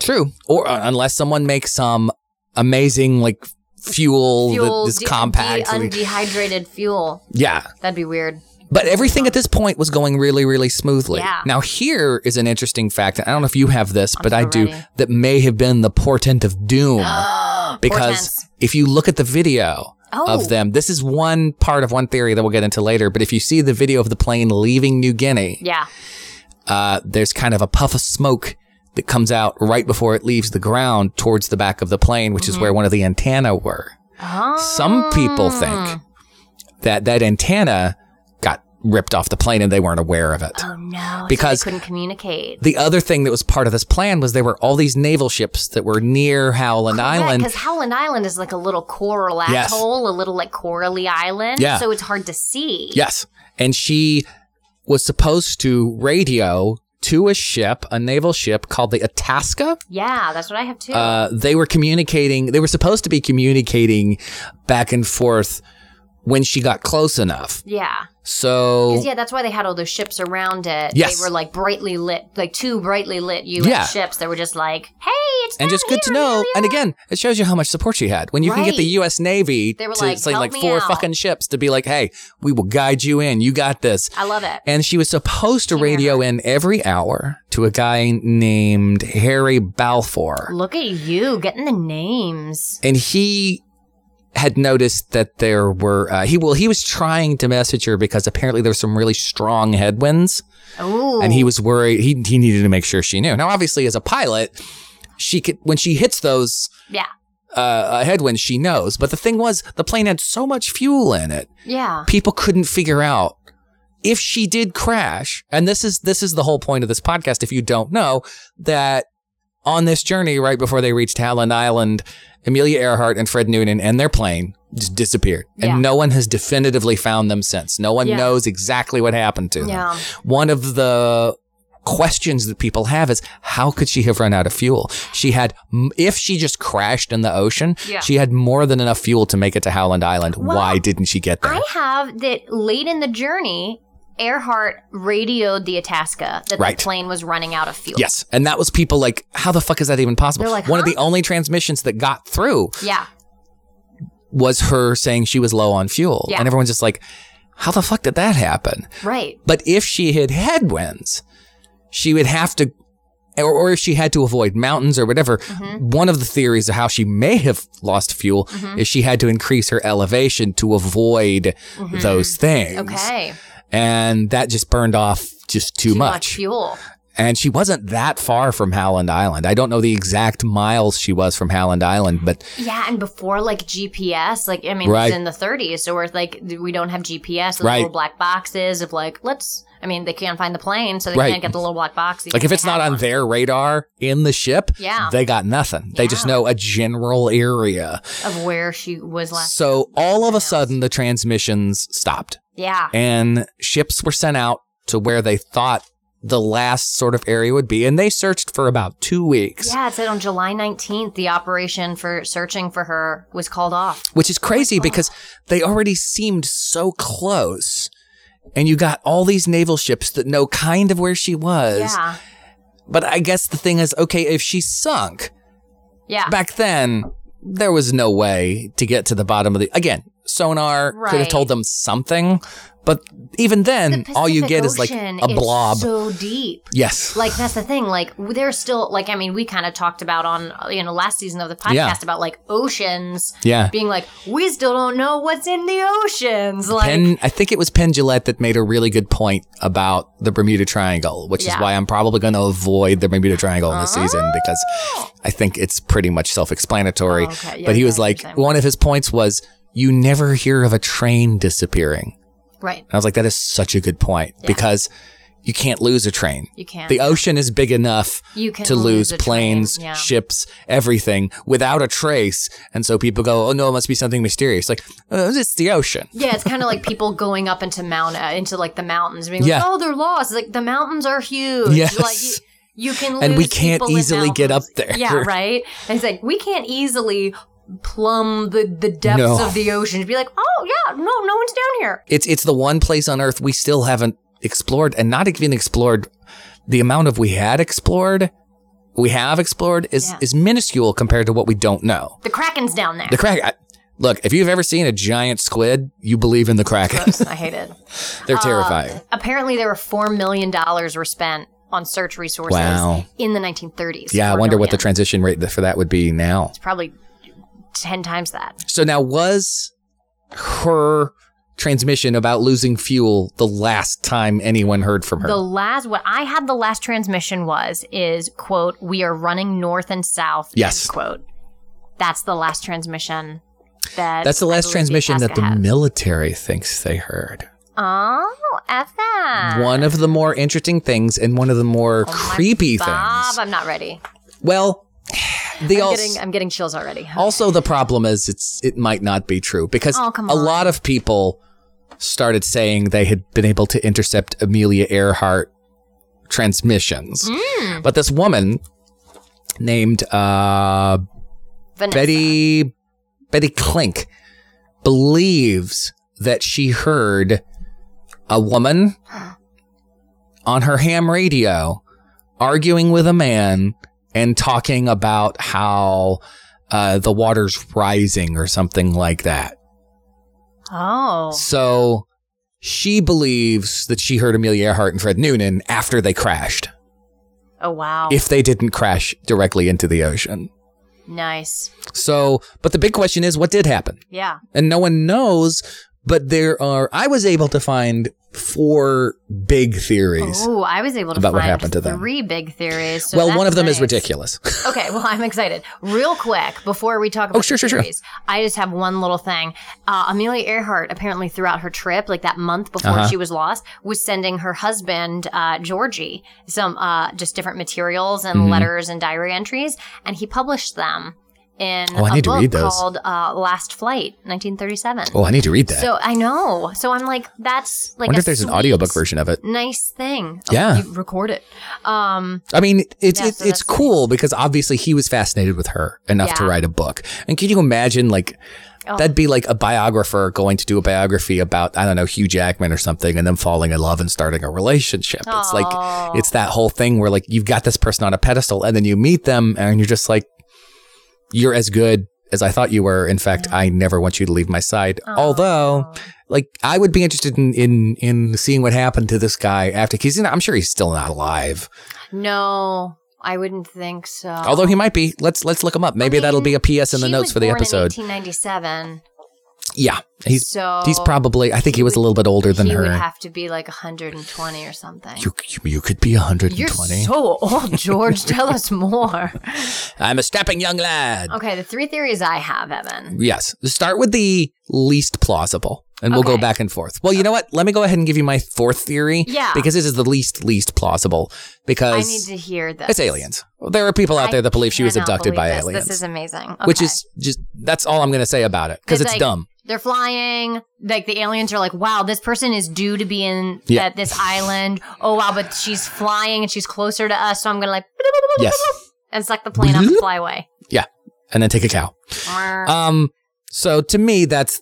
True. Or uh, unless someone makes some amazing like fuel,
Fuel
that is
de-
compact.
de- undehydrated fuel.
yeah.
That'd be weird.
But everything at this point was going really, really smoothly.
Yeah.
Now here is an interesting fact. I don't know if you have this, but
so
I do.
ready.
That may have been the portent of doom. because
Portents.
if you look at the video
Oh.
of them, this is one part of one theory that we'll get into later. But if you see the video of the plane leaving New Guinea,
Yeah.
uh, there's kind of a puff of smoke that comes out right before it leaves the ground towards the back of the plane, which is
Mm-hmm.
where one of the antenna were. Some people
Ah.
think that that antenna got ripped off the plane and they weren't aware of it.
Oh no. so
Because-
they couldn't communicate.
The other thing that was part of this plan was there were all these naval ships that were near Howland
Oh,
Island.
Because Howland Island is like a little coral atoll,
Yes.
a little like corally island.
Yeah.
So it's hard to see.
Yes. And she was supposed to radio to a ship, a naval ship called the Itasca.
Yeah, that's what I have too.
Uh, they were communicating, they were supposed to be communicating back and forth when she got close enough.
yeah.
So,
'Cause, yeah, that's why they had all those ships around it.
Yes.
They were like brightly lit, like two brightly lit U.S.
Yeah.
ships that were just like, hey, it's
and
down
just good to
here,
know.
Amelia.
And again, it shows you how much support she had. When you can get the
Right.
U.S. Navy
They were
to
like,
send
"Help
like
me
four
out."
fucking ships to be like, hey, we will guide you in. You got this.
I love it.
And she was supposed to radio in every hour to a guy named Harry Balfour.
Look at you getting the names.
And he had noticed that there were, uh, he well, he was trying to message her because apparently there were some really strong headwinds
Ooh.
and he was worried. He, he needed to make sure she knew. Now, obviously, as a pilot, she could, when she hits those
Yeah.
uh, uh, headwinds, she knows. But the thing was, the plane had so much fuel in it
Yeah.
people couldn't figure out if she did crash and this is this is the whole point of this podcast if you don't know that on this journey right before they reached Howland Island Amelia Earhart and Fred Noonan and their plane just disappeared
Yeah.
and no one has definitively found them since no one
Yeah.
knows exactly what happened to them
Yeah.
one of the questions that people have is how could she have run out of fuel she had m- if she just crashed in the ocean
Yeah.
she had more than enough fuel to make it to Howland Island
Well,
why didn't she get there
I have that late in the journey, Earhart radioed the Itasca that
Right.
the plane was running out of fuel.
Yes. And that was people like, how the fuck is that even possible?
They're like,
One of
huh?
the only transmissions that got through
Yeah.
was her saying she was low on fuel.
Yeah.
And everyone's just like, how the fuck did that happen?
Right.
But if she had headwinds, she would have to, or, or if she had to avoid mountains or whatever,
Mm-hmm.
one of the theories of how she may have lost fuel is she had to increase her elevation to avoid those things.
Mm-hmm. Okay.
And that just burned off just too, much.
fuel.
And she wasn't that far from Howland Island. I don't know the exact miles she was from Howland Island, but
Yeah, and before like GPS, like I mean,
Right.
it's in the 30s, so we're like we don't have GPS. The
Right.
little black boxes of like let's. I mean, they can't find the plane, so they
Right.
can't get the little black box. even
like if
they
it's not
have
on
one.
their radar in the ship,
Yeah.
they got nothing. They just know a general area.
of where she was last.
So all of a sudden the transmissions stopped
yeah,
and ships were sent out to where they thought the last sort of area would be. And they searched for about two weeks,
yeah. It said on July 19th, the operation for searching for her was called off.
which is crazy because they already seemed so close. And you got all these naval ships that know kind of where she was.
Yeah,
But I guess the thing is, okay, if she sunk
yeah.
back then, there was no way to get to the bottom of the. Again, sonar could have
Right.
told them something, but even then, all you get is like a blob.
So deep.
yes,
Like that's the thing. Like there's still like I mean we kind of talked about on you know last season of the podcast
Yeah.
about like oceans
yeah.
being like, we still don't know what's in the oceans. Like,
Penn, I think it was Penn Gillette that made a really good point about the Bermuda Triangle, which is
Yeah.
why I'm probably going to avoid the Bermuda Triangle in this season because I think it's pretty much self-explanatory.
Oh, okay. Yeah,
but he
yeah,
was
I
like,
understand.
one of his points was, you never hear of a train disappearing.
right,
And I was like, that is such a good point because you can't lose a train.
you can't.
The ocean is big enough
You can
to lose,
lose a
planes,
train, yeah.
ships, everything without a trace. And so people go, oh no, it must be something mysterious. Like, oh, it's the ocean.
yeah, it's kind of like people going up into mount uh, into like the mountains, being
Yeah.
like, oh, they're lost. Like the mountains are huge.
Yes.
Like you, you can, lose
And we can't
people in
easily get up there.
mountains. Yeah, right. And it's like we can't easily plumb the the depths
No.
of the ocean to be like, oh yeah, no, no one's down here.
It's, it's the one place on earth we still haven't explored and not even explored the amount of we had explored. We have explored is,
Yeah.
is minuscule compared to what we don't know.
The kraken's down there.
The crack. I, look, if you've ever seen a giant squid, you believe in the kraken.
I hate it.
They're
Uh,
terrifying.
Apparently, there were four million dollars were spent on search resources
Wow.
in the 1930s.
Yeah, I
Four
wonder what the
million.
transition rate for that would be now.
probably 10 times that.
So now was her transmission about losing fuel the last time anyone heard from her?
The last, what I had the last transmission was, is quote, we are running north and south. end
Yes.
Quote. That's the last transmission that.
That's the
I
last
believe
transmission that
Itasca
the
had.
military thinks they heard.
Oh, F that.
One of the more interesting things and one of the more creepy
Oh Bob,
things.
I'm not ready.
Well, the
I'm
also,
getting, I'm getting chills already.
also the problem is it's it might not be true because
Oh, come
a
on.
lot of people started saying they had been able to intercept Amelia Earhart transmissions.
Hmm.
But this woman named uh,
Vanessa.
Betty Betty Clink believes that she heard a woman on her ham radio arguing with a man and talking about how uh, the water's rising or something like that.
Oh.
So she believes that she heard Amelia Earhart and Fred Noonan after they crashed,
Oh wow.
if they didn't crash directly into the ocean.
nice.
So, but the big question is what did happen?
Yeah.
and no one knows. But there are, I was able to find four big theories.
Oh, I was able to
About what
find
happened to them.
three big theories. so
well, one
that's
of them is
nice.
ridiculous.
Okay, well, I'm excited. Real quick, before we talk about
Oh, sure, sure, sure.
theories, I just have one little thing. Uh, Amelia Earhart, apparently throughout her trip, like that month before
Uh-huh.
she was lost, was sending her husband, uh, Georgie, some uh, just different materials
Mm-hmm.
and letters and diary entries, and he published them in
Oh, I
a
need to
book
read those.
called uh, Last Flight, 1937.
oh, I need to read that.
So I know. So I'm like, that's
I
like.
wonder
a
if there's an
sweet,
audiobook version of it.
Nice thing. Oh,
Yeah.
you record it. Um,
I mean, it's it's,
Yeah, so
it's
that's nice.
cool because obviously he was fascinated with her enough to
Yeah.
write a book. And can you imagine, like,
Oh.
that'd be like a biographer going to do a biography about I don't know Hugh Jackman or something, and then falling in love and starting a relationship. It's
Aw.
like it's that whole thing where like you've got this person on a pedestal, and then you meet them, and you're just like, you're as good. As I thought you were. In fact,
Mm.
I never want you to leave my side. Although, like, I would be interested in, in in seeing what happened to this guy after. He's, not- I'm sure he's still not alive.
No, I wouldn't think so.
Although he might be. Let's let's look him up. Maybe
mean,
that'll be a PS in the
She
notes
was
for the
born
episode.
In 1997.
yeah, he's
so
he's probably. I think he was a
would-
little bit older than
he would
her.
have to be like 120 or something.
You, you you could be 120.
You're so old, George. Tell us more.
I'm a strapping young lad.
Okay, the three theories I have, Evan.
Yes. Start with the least plausible, and we'll go
Okay.
back and forth. Well, you know what? Let me go ahead and give you my fourth theory.
Yeah.
Because this is the least least plausible.
I
Because
need to hear this.
it's aliens. There are people out there that believe she was
Cannot
abducted by
believe this.
aliens,
This is amazing.
which
Okay.
is just that's all I'm going to say about it because
They're
it's
like-
dumb.
They're flying. Like the aliens are like, wow, this person is due to be in
Yeah.
at this island. Oh wow, but she's flying and she's closer to us, so I'm gonna like
Yes.
and suck the plane up and fly away.
And then take a cow.
Marr.
Um, so to me, that's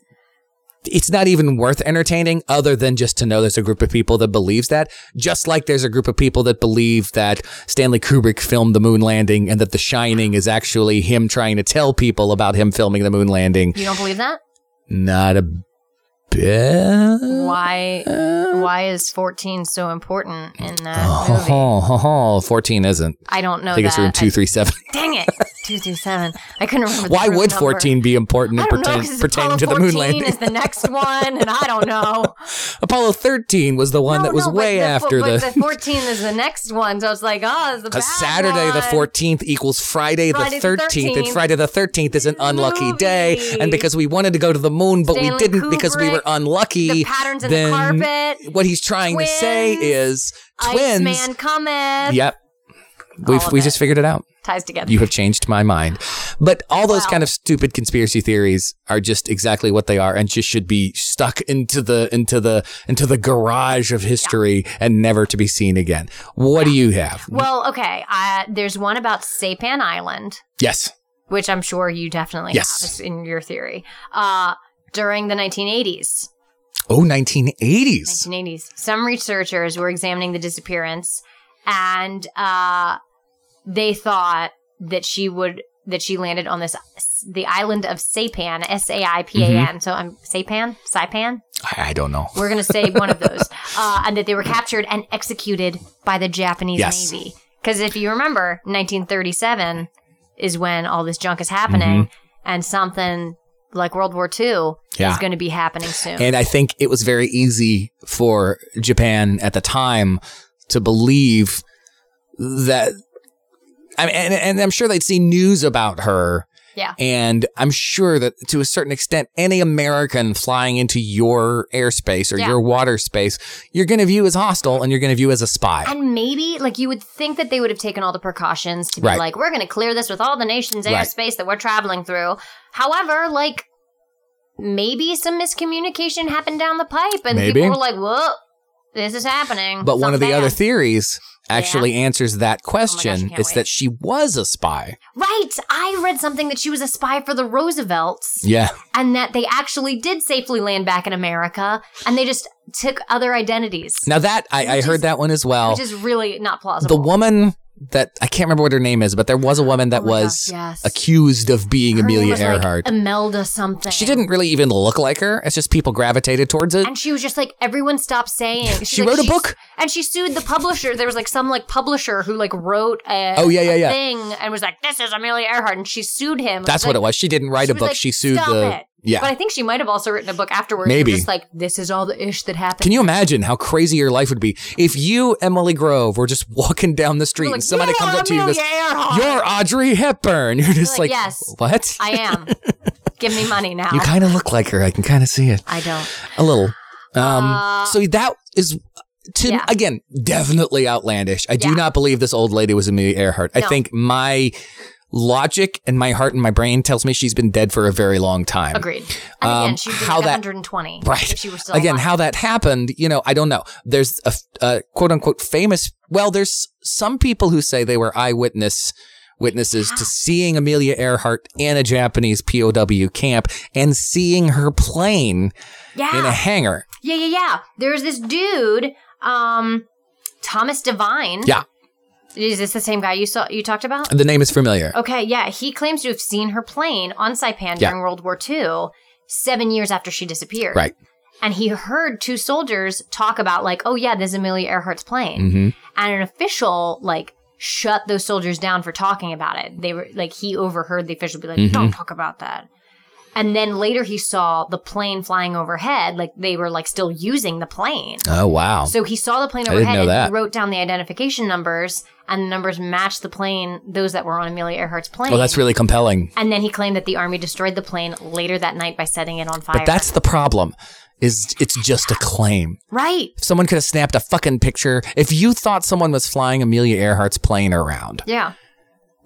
it's not even worth entertaining other than just to know there's a group of people that believes that just like there's a group of people that believe that stanley kubrick filmed the moon landing and that the shining is actually him trying to tell people about him filming the moon landing
You don't believe that?
not a bit
Why? Why is fourteen so important in that movie?
uh, Oh, oh, oh, 14 isn't
I don't know.
i think it's
that.
room 237
Dang it, two three seven. I couldn't remember. the
why
room
would
number.
14 be important
I
and
don't know,
pertain,
'cause
pertain
Apollo
to the moon
14
landing
Is the next one, and I don't know.
apollo 13 was the one
No,
that was
no, but
way
the,
after
but
the
the fourteen is the next one. So it's like, oh, it's the bad
Because Saturday the
one.
14th equals Friday the
Friday the
13th, and
13th.
Friday the 13th is an unlucky
Movie.
day. And because we wanted to go to the moon, but we
Stanley
didn't because we
Kubrick,
were unlucky,
the patterns in the
then
carpet,
what he's trying to say
twins,
is twins.
Man cometh.
Yep. We've,
of
we
it.
just figured it out.
Ties together.
You have changed my mind. But all those
Wow.
kind of stupid conspiracy theories are just exactly what they are and just should be stuck into the into the into the garage of history and never to be seen again. What do you have?
well, okay. Uh, there's one about Sapan Island,
yes.
which I'm sure you definitely
Yes.
have it's in your theory. Uh, during the 1980s,
Oh, 1980s.
1980s, some researchers were examining the disappearance, and uh, they thought that she would that she landed on this the island of Saipan, S A I P A N.
Mm-hmm.
So I'm Saipan, Saipan.
I, I don't know.
We're going to say one of those. Uh, and that they were captured and executed by the Japanese
Yes.
Navy. Because if you remember, 1937 is when all this junk is happening, and something like World War II
Mm-hmm. Yeah.
is going to be happening soon.
And I think it was very easy for Japan at the time to believe that. I mean, and, and I'm sure they'd see news about her.
Yeah.
And I'm sure that to a certain extent, any American flying into your airspace or
Yeah.
your water space, you're going to view as hostile and you're going to view as a spy.
and maybe, like, you would think that they would have taken all the precautions to be
Right.
like, we're going to clear this with all the nation's
Right.
airspace that we're traveling through. However, like, maybe some miscommunication happened down the pipe, and
Maybe.
people were like, "Whoa, this is happening."
But one of the
Something.
other theories actually answers
Oh
that question.
can't
it's
wait.
that she was a spy.
right? I read something that she was a spy for the Roosevelts,
Yeah.
and that they actually did safely land back in America, and they just took other identities,
Now that I, I heard that one as well.
which is really not plausible.
The woman that I can't remember what her name is, but there was a woman that
Oh my
was
gosh, yes.
accused of being
Her name
Amelia
was, like,
Earhart.
Imelda something.
she didn't really even look like her. It's just people gravitated towards it.
and she was just like everyone stopped saying She's
She
like,
wrote a
she's-
book?
and she sued the publisher there was like some like publisher who like wrote a
Oh, yeah, yeah,
a
yeah.
thing and was like this is amelia earhart and she sued him
That's what it was. She didn't write
she
a
was
book.
like,
she sued
"Stop
the
it."
yeah.
but i think she might have also written a book afterwards
Maybe.
just like this is all the ish that happened
Can you imagine how crazy your life would be if you, Emily Grove, were just walking down the street
You're
and
like,
somebody
"You
comes
are
up to you and goes,
Amelia Earhart."
"You're Audrey Hepburn." You're just like,
like, "Yes."
what?
i am give me money now
you kind of look like her. I can kind of see it
i don't
a little. Um,
Uh,
so that is. To,
yeah.
Again, definitely outlandish. I do
Yeah.
not believe this old lady was Amelia Earhart. I
No.
think my logic and my heart and my brain tells me she's been dead for a very long time.
agreed and
Um,
again she'd be
how
like
that-
120
Right.
if she were still
Again,
alive.
how that happened, you know, I don't know. There's a, f- a quote unquote famous. Well, there's some people who say they were eyewitness witnesses to seeing Amelia Earhart in a Japanese POW camp and seeing her plane
yeah
in a hangar.
Yeah, yeah, yeah. There's this dude, um, Thomas Devine.
Yeah.
Is this the same guy you saw you talked about?
The name is familiar.
Okay, yeah. He claims to have seen her plane on Saipan
Yeah.
during World War II, seven years after she disappeared.
Right.
And he heard two soldiers talk about like, oh yeah, this is Amelia Earhart's plane.
Mhm.
And an official like shut those soldiers down for talking about it. They were like he overheard the official be like,
Mm-hmm.
don't talk about that. And then later he saw the plane flying overhead, like they were like still using the plane.
Oh, wow.
So he saw the plane
I didn't
overhead
know
and
that.
wrote down the identification numbers, and the numbers matched the plane, those that were on Amelia Earhart's plane.
well, Oh, that's really compelling.
and then he claimed that the army destroyed the plane later that night by setting it on fire.
But that's the problem. Is it's just a claim.
right.
If someone could have snapped a fucking picture, if you thought someone was flying Amelia Earhart's plane around,
Yeah.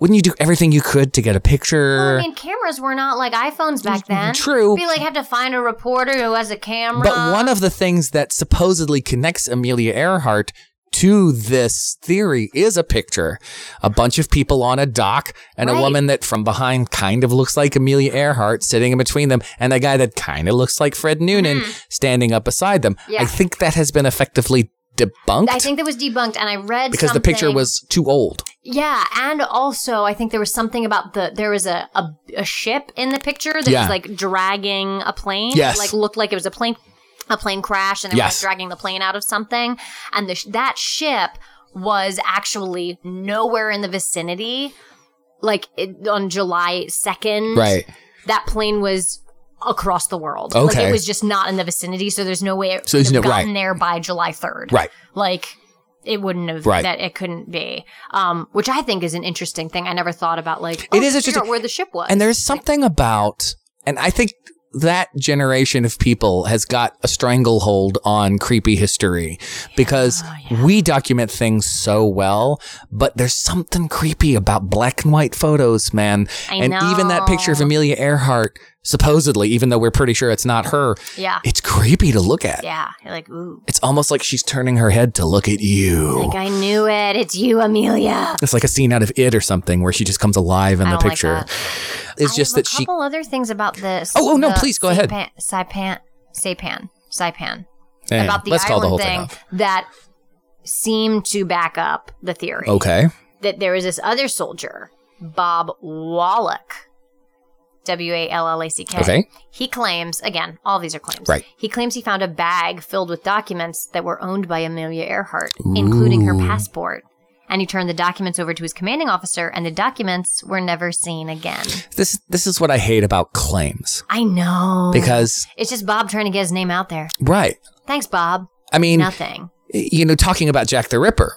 wouldn't you do everything you could to get a picture?
Well, I mean, cameras were not like iPhones back
Mm,
then.
True.
Be like, have to find a reporter who has a camera.
But one of the things that supposedly connects Amelia Earhart to this theory is a picture. A bunch of people on a dock and
Right.
a woman that from behind kind of looks like Amelia Earhart sitting in between them and a guy that kind of looks like Fred Noonan standing up beside them.
Hmm. Yeah.
I think that has been effectively debunked
I think that was debunked, and I read
because the picture
something-
was too old.
Yeah, and also I think there was something about the there was a a, a ship in the picture that
Yeah.
was like dragging a plane.
Yes.
like looked like it was a plane a plane crash, and they
Yes.
were like dragging the plane out of something, and the, sh- that ship was actually nowhere in the vicinity. Like it, on July second,
Right.
That plane was across the world. like
Okay.
it was just not in the vicinity, so there's no way it
So there's
would have
no- right.
gotten there by July third,
Right.
like it wouldn't have
Right.
that it couldn't be um which i think is an interesting thing i never thought about like
It
oh,
is
figure
interesting.
out where the ship was
And there's something about, and I think that generation of people has got a stranglehold on creepy history because
Ah,
we document things so well, but there's something creepy about black and white photos, man.
I
and even that picture of
know.
Amelia Earhart, supposedly, even though we're pretty sure it's not her,
yeah
it's creepy to look at.
yeah You're like ooh
It's almost like she's turning her head to look at you.
like i knew it it's you amelia
It's like a scene out of It or something where she just comes alive in
I
the
don't like
picture.
that.
It's
I
just
have
that
a
she
couple other things about this
Oh, oh, no,
the
please, go ahead.
saipan saipan saipan saipan
Eh,
about the
let's call
island
the whole thing
thing,
off.
that seemed to back up the theory
Okay.
that there was this other soldier bob wallach w-a-l-l-a-c-k
Okay.
He claims, again, all these are claims.
Right.
He claims he found a bag filled with documents that were owned by Amelia Earhart, including her passport. And he turned the documents over to his commanding officer, and the documents were never seen again.
This this is what I hate about claims
I know.
because
it's just Bob trying to get his name out there.
right.
Thanks, Bob.
I mean,
Nothing.
you know, talking about Jack the Ripper.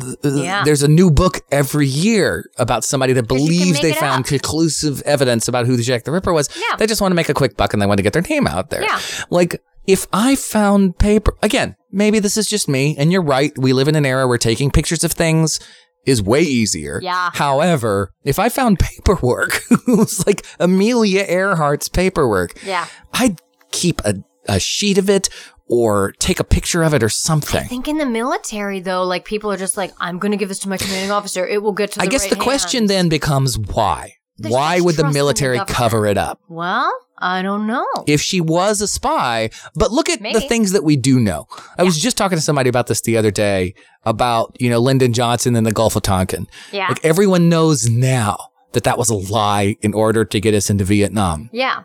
th- th-
Yeah.
There's a new book every year about somebody that
'Cause you can
believes
make
they
it
found
up.
conclusive evidence about who the Jack the Ripper was.
Yeah.
They just want to make a quick buck and they want to get their name out there.
Yeah.
Like if I found paper again, maybe this is just me, and you're right. We live in an era where taking pictures of things is way easier.
Yeah.
However, if I found paperwork, it was like Amelia Earhart's paperwork,
Yeah.
I'd keep a, a sheet of it or take a picture of it or something.
I think in the military, though, like people are just like, I'm going to give this to my commanding officer. It will get to the
I guess
right
the question
hand."
then becomes why?
There's
why
just
would the
trust in the
military
government.
cover it up?
Well, I don't know.
If she was a spy, but look at the
Maybe.
things that we do know. I was just talking to somebody about this the other day about, you know, Lyndon Johnson and the Gulf of Tonkin.
yeah.
Like everyone knows now that that was a lie in order to get us into Vietnam.
yeah.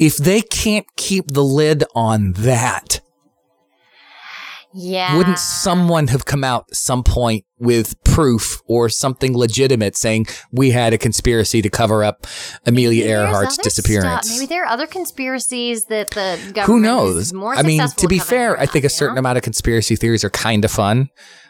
If they can't keep the lid on that,
Yeah.
wouldn't someone have come out at some point with proof or something legitimate saying we had a conspiracy to cover up Amelia
Maybe there's
Earhart's
other
disappearance?
stuff. Maybe there are other conspiracies that the government
Who knows?
Is more
I mean,
successful
to be
at covering
fair, I
up,
think a
you
certain
know?
amount of conspiracy theories are kind of fun.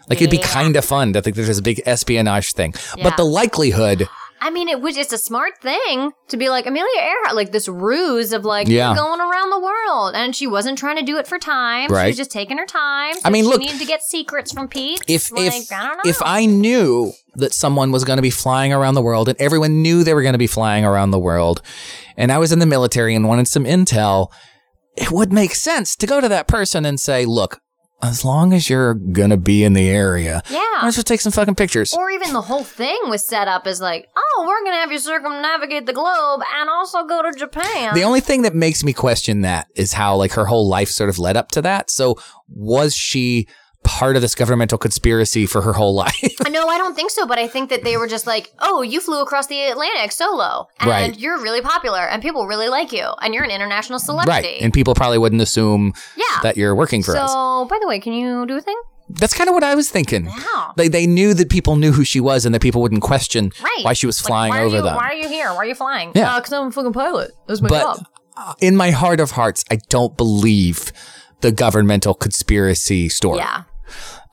Like it'd be
Yeah.
kind of fun to think that there's a big espionage thing,
Yeah.
but the likelihood,
I mean, it was. It's a smart thing to be like Amelia Earhart, like this ruse of like
Yeah.
you're going around the world, and she wasn't trying to do it for time. She
Right.
was just taking her time.
I mean,
she
look-
needed to get secrets from Pete.
if
like,
if
I don't know.
if I knew that someone was going to be flying around the world and everyone knew they were going to be flying around the world, and I was in the military and wanted some intel, it would make sense to go to that person and say, "Look, as long as you're going to be in the area,
yeah.
let's just take some fucking pictures."
Or even the whole thing was set up as like, oh, we're gonna have you circumnavigate the globe and also go to Japan.
The only thing that makes me question that is how like her whole life sort of led up to that. So was she part of this governmental conspiracy for her whole life?
No, I don't think so, but I think that they were just like, oh, you flew across the Atlantic solo, and
Right.
you're really popular, and people really like you, and you're an international celebrity.
right. And people probably wouldn't assume
yeah.
that you're working for
so,
us.
by the way, can you do a thing?
That's kind of what I was thinking.
Wow.
They they knew that people knew who she was and that people wouldn't question
Right.
why she was
Like,
flying
why are
over
you,
them.
Why are you here? Why are you flying?
Yeah.
because I'm a fucking pilot. That's my
but
job.
uh, in my heart of hearts, I don't believe the governmental conspiracy story.
Yeah.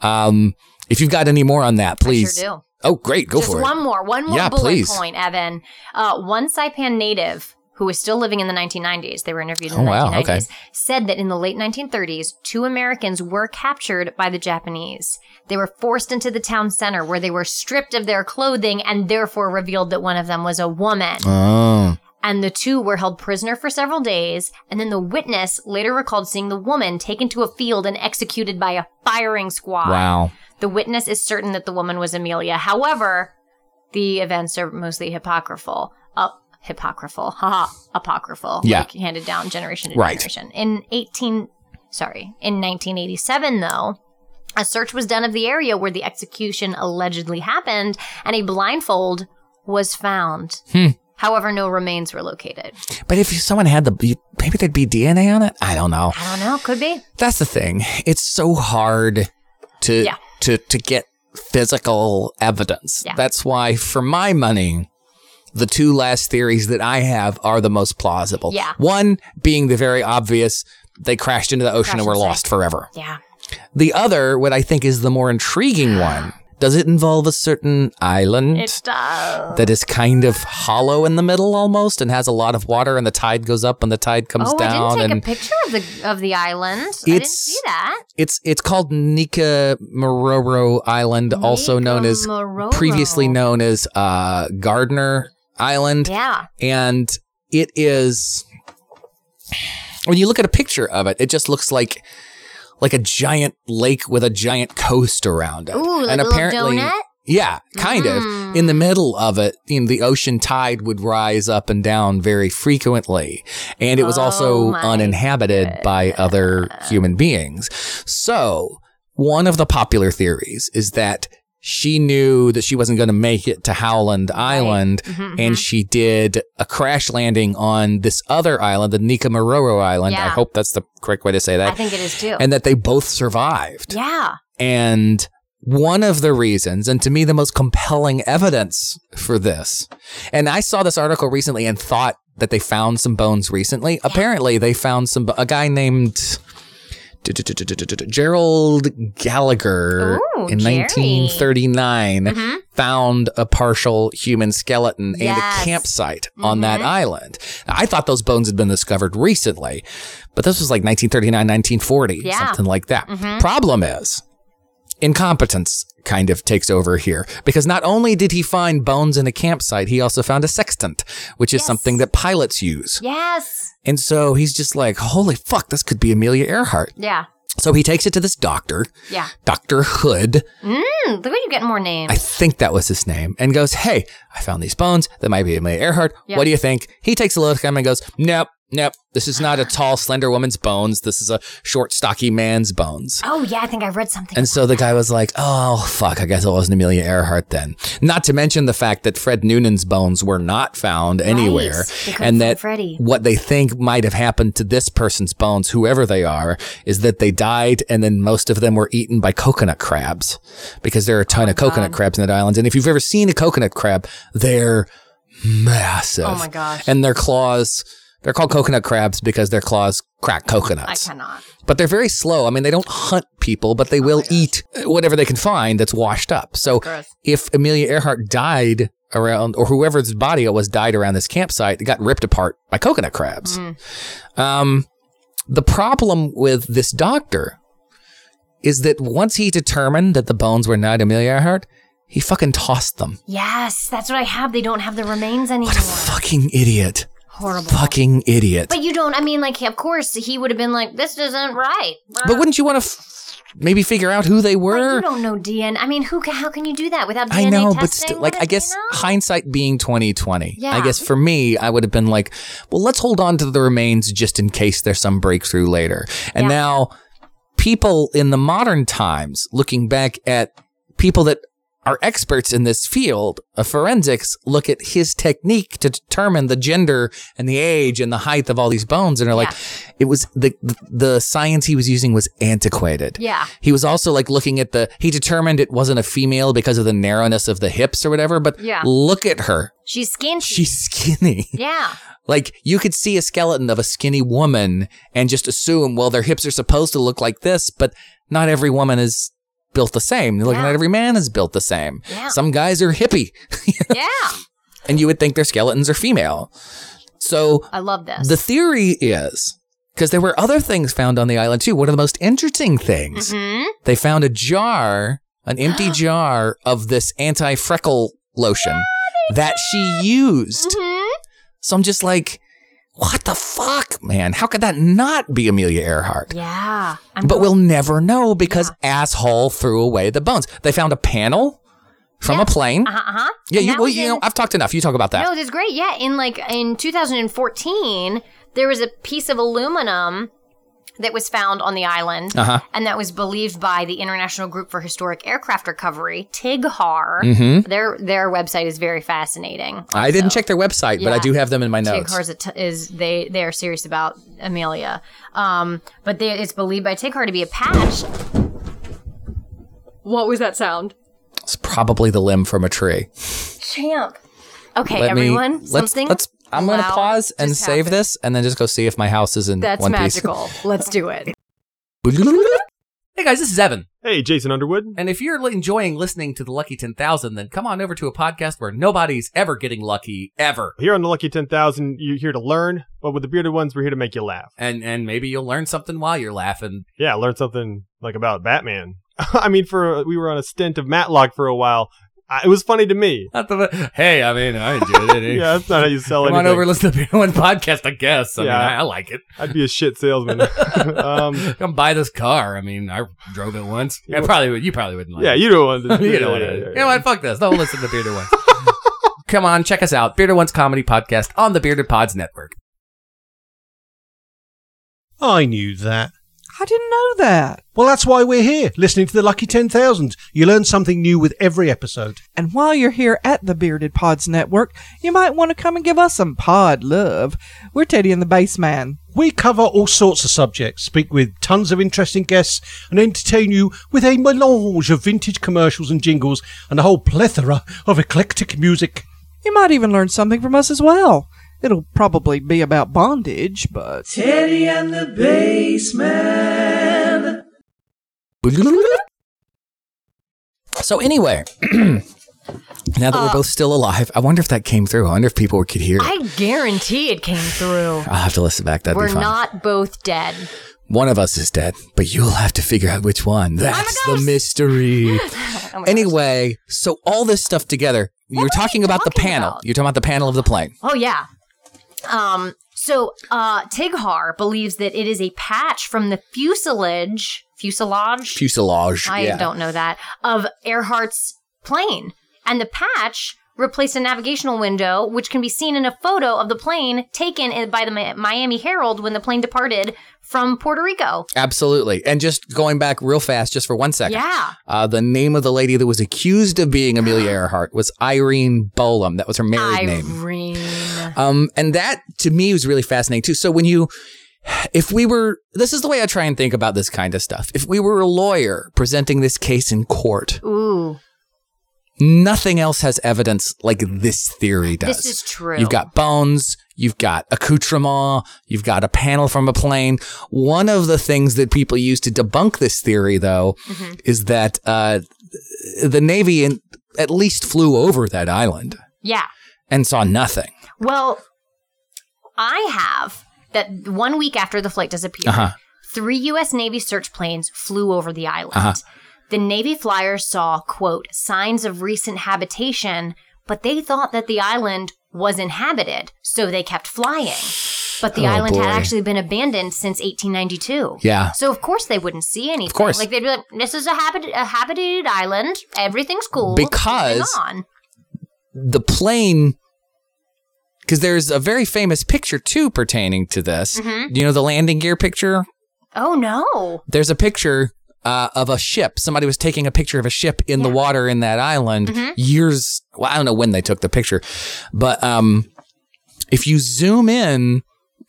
Um if you've got any more on that, please.
do.
Oh, great. Go
Just
for it.
one more, one more
Yeah,
bullet
please.
point, Evan. Uh, one Saipan native who was still living in the 1990s, they were interviewed in
Oh,
the
wow,
1990s,
okay.
said that in the late 1930s, two Americans were captured by the Japanese. They were forced into the town center where they were stripped of their clothing and therefore revealed that one of them was a woman.
Oh.
and the two were held prisoner for several days. And then the witness later recalled seeing the woman taken to a field and executed by a firing squad.
Wow.
The witness is certain that the woman was Amelia. However, the events are mostly apocryphal. Uh, hypocritical. Haha. Apocryphal.
Yeah.
Like handed down generation to
Right.
generation. In 18, sorry, in 1987, though, a search was done of the area where the execution allegedly happened and a blindfold was found.
Hmm.
However, no remains were located.
But if someone had the, maybe there'd be DNA on it. I don't know.
I don't know. Could be.
That's the thing. It's so hard to
Yeah.
to to get physical evidence.
Yeah.
That's why, for my money, the two last theories that I have are the most plausible.
Yeah.
One being the very obvious: they crashed into the ocean
Crashed
and were
into the
lost forever.
Yeah.
The other, what I think is the more intriguing one, does it involve a certain island?
It does.
that is kind of hollow in the middle almost and has a lot of water and the tide goes up and the tide comes
Oh, I
down
didn't
and
take a picture of the of the island. I didn't
It's-
see that.
it's it's called Nika Mororo Island also known as
Nikomororo.
previously known as uh Gardner Island
Yeah.
and it is when you look at a picture of it it just looks like like a giant lake with a giant coast around it
Ooh, like a little donut? Hmm.
yeah kind of in the middle of it you know, the ocean tide would rise up and down very frequently and it was
Oh
also
my
uninhabited by other human beings so one of the popular theories is that she knew that she wasn't going to make it to Howland Island,
Mm-hmm,
and she did a crash landing on this other island, the Nikomororo Island. I
Yeah.
hope that's the correct way to say
I
that.
think it is too.
And that they both survived.
yeah.
And one of the reasons, and to me, the most compelling evidence for this, and I saw this article recently and thought that they found some bones recently. Apparently, they found some, a guy named Gerald Gallagher
Ooh,
in
Oh, Jerry. Mm-hmm.
1939 found a partial human skeleton and
Yes. Mm-hmm.
a campsite on that island. Now, I thought those bones had been discovered recently, but this was like 1939, 1940,
Yeah. Mm-hmm.
something like that. Problem is, incompetence kind of takes over here because not only did he find bones in a campsite, he also found a sextant, which is
Yes.
something that pilots use.
Yes.
And so he's just like, holy fuck, this could be Amelia Earhart.
Yeah.
So he takes it to this doctor,
Yeah.
Dr. Hood,
Hmm, look at you getting more names.
I think that was his name, and goes, Hey, I found these bones. That might be Amelia Earhart.
Yeah.
What do you think? He takes a look at him and goes, Nope, nope. This is not a tall, slender woman's bones. This is a short, stocky man's bones.
oh yeah, I think I read something.
And so the guy was like, oh, fuck, I guess it wasn't Amelia Earhart then. Not to mention the fact that Fred Noonan's bones were not found anywhere.
They couldn't
And
find
that
Freddie.
what they think might have happened to this person's bones, whoever they are, is that they died and then most of them were eaten by coconut crabs because there are a
Oh,
ton of coconut crabs in that island. And if you've ever seen a coconut crab, they're massive.
Oh my gosh.
And their claws, they're called coconut crabs because their claws crack coconuts
I cannot.
but they're very slow. I mean, they don't hunt people,
Oh
but they will eat whatever they can find that's washed up. So
Gross.
if Amelia Earhart died around, or whoever's body it was died around this campsite, it got ripped apart by coconut crabs.
Mm-hmm.
Um, the problem with this doctor is that once he determined that the bones were not Amelia Earhart, he fucking tossed them.
Yes, that's what I have. They don't have the remains anymore.
What a fucking idiot.
Horrible.
Fucking idiot.
But you don't. I mean, like, of course, he would have been like, "This isn't right."
But wouldn't you want to f- maybe figure out who they
But
were?
you don't know DNA. I mean, who? ca- How can you do that without DNA
I know,
testing?
but still, like
What
I
is
guess
DNA?
hindsight being twenty twenty.
Yeah.
I guess for me, I would have been like, well, let's hold on to the remains just in case there's some breakthrough later. And
Yeah.
now, people in the modern times, looking back at people that are experts in this field of forensics, look at his technique to determine the gender and the age and the height of all these bones, and are like, it was the the science he was using was antiquated.
Yeah.
He was also like looking at the, he determined it wasn't a female because of the narrowness of the hips or whatever, but
Yeah.
look at her.
she's skin.
She's skinny.
yeah.
Like you could see a skeleton of a skinny woman and just assume, well, their hips are supposed to look like this, but not every woman is built the same. Like,
Yeah.
Not every man is built the same.
Yeah.
Some guys are hippie
Yeah.
and you would think their skeletons are female. So
I love this.
the theory is because there were other things found on the island too. One of the most interesting things
Mhm.
they found a jar, an empty jar of this anti freckle lotion that she used.
Mhm.
So I'm just like, what the fuck, man? How could that not be Amelia Earhart?
Yeah. I'm
But we'll never know because asshole threw away the bones. They found a panel from a plane.
Uh huh. Uh-huh.
Yeah,
And
you,
that
well,
was
you
in-
know, I've talked enough. You talk about that.
No, this is Oh, great. Yeah, in like in 2014, there was a piece of aluminum that was found on the island,
Uh-huh.
and that was believed by the International Group for Historic Aircraft Recovery, TIGHAR. Their their website is very fascinating.
Mm-hmm. I didn't check their website, but I
Yeah.
do have them in my notes.
TIGHAR is, a t- is they they are serious about Amelia, um, but they, it's believed by TIGHAR to be a patch. What was that sound?
It's probably the limb from a tree.
Champ. Okay,
Let
everyone.
me. Let's.
something.
Let's. I'm going to
loud
pause and
just
save
happened.
this, and then just go see if my house is in
That's
one piece.
magical. Let's do it.
Hey guys, this is Evan.
Hey, Jason Underwood.
And if you're li- enjoying listening to the Lucky 10,000, then come on over to a podcast where nobody's ever getting lucky, ever.
Here on the Lucky 10,000, you're here to learn, but with the bearded ones, we're here to make you laugh.
And and maybe you'll learn something while you're laughing.
Yeah, learn something like about Batman. I mean, for we were on a stint of Matlock for a while. I, it was funny to me.
Not the- hey, I mean, I enjoyed it.
Yeah, that's not how you sell
Come on
anything.
over, and listen to the Beer One podcast, I guess. I
Yeah.
mean, I, I like it.
I'd be a shit salesman. um,
Come buy this car. I mean, I drove it once. I probably would. You probably wouldn't like
yeah,
it.
you don't want to.
you know what?
yeah,
it is.
yeah,
You know what? Fuck this. Don't listen to Bearded Ones. Come on, check us out. Bearded Ones Comedy Podcast on the Bearded Pods Network.
I knew that.
I didn't know that.
Well, that's why we're here, listening to the Lucky 10,000. You learn something new with every episode.
And while you're here at the Bearded Pods Network, you might want to come and give us some pod love. We're Teddy and the Bass Man.
We cover all sorts of subjects, speak with tons of interesting guests, and entertain you with a melange of vintage commercials and jingles and a whole plethora of eclectic music.
You might even learn something from us as well. It'll probably be about bondage, but.
So anyway, now
Uh,
that we're both still alive, I wonder if that came through. I wonder if people could hear. it.
I guarantee it came through.
I'll have to listen back. That'd
We're
be fun.
not both dead.
One of us is dead, but you'll have to figure out which one. That's the
ghost.
mystery.
Oh my gosh.
anyway, so all this stuff together,
were
you're
we
talking about the
talking
panel.
about?
You're talking about the panel of the plane.
Oh yeah. Um. So uh, Tighar believes that it is a patch from the fuselage, fuselage.
Fuselage.
I
yeah.
don't know that of Earhart's plane, and the patch replaced a navigational window, which can be seen in a photo of the plane taken in- by the Mi- Miami Herald when the plane departed from Puerto Rico.
Absolutely. And just going back real fast, just for one second.
Yeah.
Uh, the name of the lady that was accused of being Amelia Earhart was Irene Bolam. That was her married name.
Irene.
Um, and that to me was really fascinating too. So when you, if we were, this is the way I try and think about this kind of stuff. If we were a lawyer presenting this case in court,
Ooh,
nothing else has evidence like this theory does.
this is true.
You've got bones, you've got accoutrement, you've got a panel from a plane. One of the things that people use to debunk this theory, though,
Mm-hmm.
is that uh, the Navy in, at least flew over that island
yeah.
and saw nothing.
Well, I have that one week after the flight disappeared,
Uh-huh.
three U.S. Navy search planes flew over the island.
Uh-huh.
The Navy flyers saw, quote, signs of recent habitation, but they thought that the island was inhabited, so they kept flying. But the
Oh,
island
boy.
had actually been abandoned since 1892.
Yeah.
So of course they wouldn't see anything. Of
course.
like they'd be like, "This is a, habit- a habited island. Everything's cool."
Because-
Moving on.
The plane. Because there's a very famous picture too pertaining to this.
Mm-hmm.
You know the landing gear picture
oh no,
there's a picture uh, of a ship. Somebody was taking a picture of a ship in the water in that island
Mm-hmm.
years. Well, I don't know when they took the picture, but um, if you zoom in,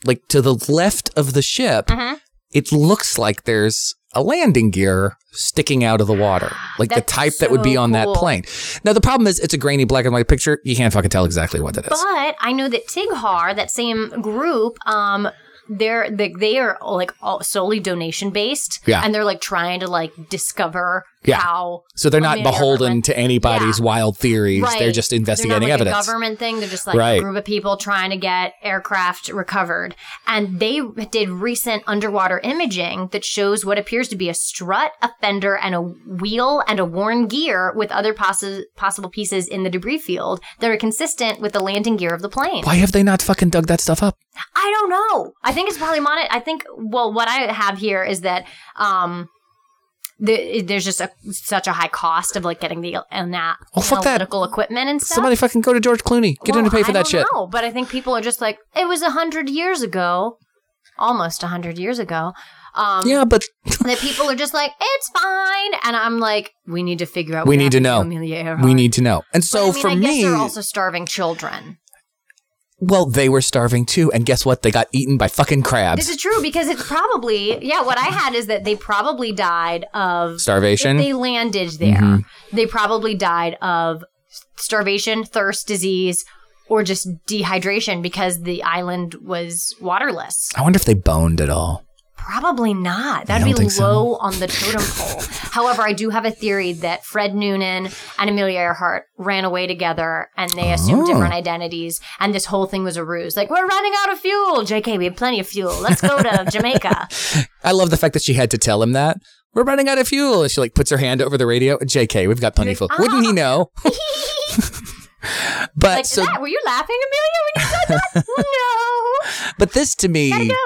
like to the left of the ship,
Mm-hmm.
it looks like there's a landing gear sticking out of the water, like the
That's
type that would be
so
on that
cool.
plane. Now the problem is it's a grainy black and white picture. You can't fucking tell exactly what it is.
But I know that Tighar, that same group, um, they're they, they are like all solely donation based,
Yeah.
and they're like trying to like discover
Yeah.
how
so they're not
Amelia Earhart
beholden
went-
to anybody's
Yeah.
wild theories.
Right.
They're just investigating
They're not like
evidence.
A government thing. They're just like
Right.
a group of people trying to get aircraft recovered. And they did recent underwater imaging that shows what appears to be a strut, a fender, and a wheel and a worn gear with other possi- possible pieces in the debris field that are consistent with the landing gear of the plane.
Why have they not fucking dug that stuff up?
I don't know. I think it's probably monet. I think well, what I have here is that um, the, there's just a, such a high cost of like getting the ana-
Oh, fuck that.
analytical equipment and stuff.
Somebody fucking go to George Clooney. Get him to
Well,
pay for
I
that
don't
shit.
Know, but I think people are just like it was a hundred years ago, almost a hundred years ago. Um,
Yeah, but
That people are just like it's fine, and I'm like, we need to figure out.
We
what
need to
happened
know.
Amelia Earhart.
we need to know. And
Uh-huh. But,
so
I mean,
for
I guess
me,
they're also starving children.
well, they were starving too. And guess what? They got eaten by fucking crabs.
This is true because it's probably yeah. What I had is that they probably died of
Starvation. Mm-hmm.
If they landed there, they probably died of starvation, thirst, disease, or just dehydration because the island was waterless.
I wonder if they boned at all.
Probably not. That'd
don't
be
think so?
low on the totem pole. However, I do have a theory that Fred Noonan and Amelia Earhart ran away together and they assumed
Oh.
different identities. And this whole thing was a ruse. Like, we're running out of fuel. JK, we have plenty of fuel. Let's go to Jamaica.
I love the fact that she had to tell him that. We're running out of fuel. And she like puts her hand over the radio. JK, we've got plenty of fuel. Wouldn't he know? but
Like,
so,
that, were you laughing, Amelia, when you said that?
but this to me.
no. Gotta go.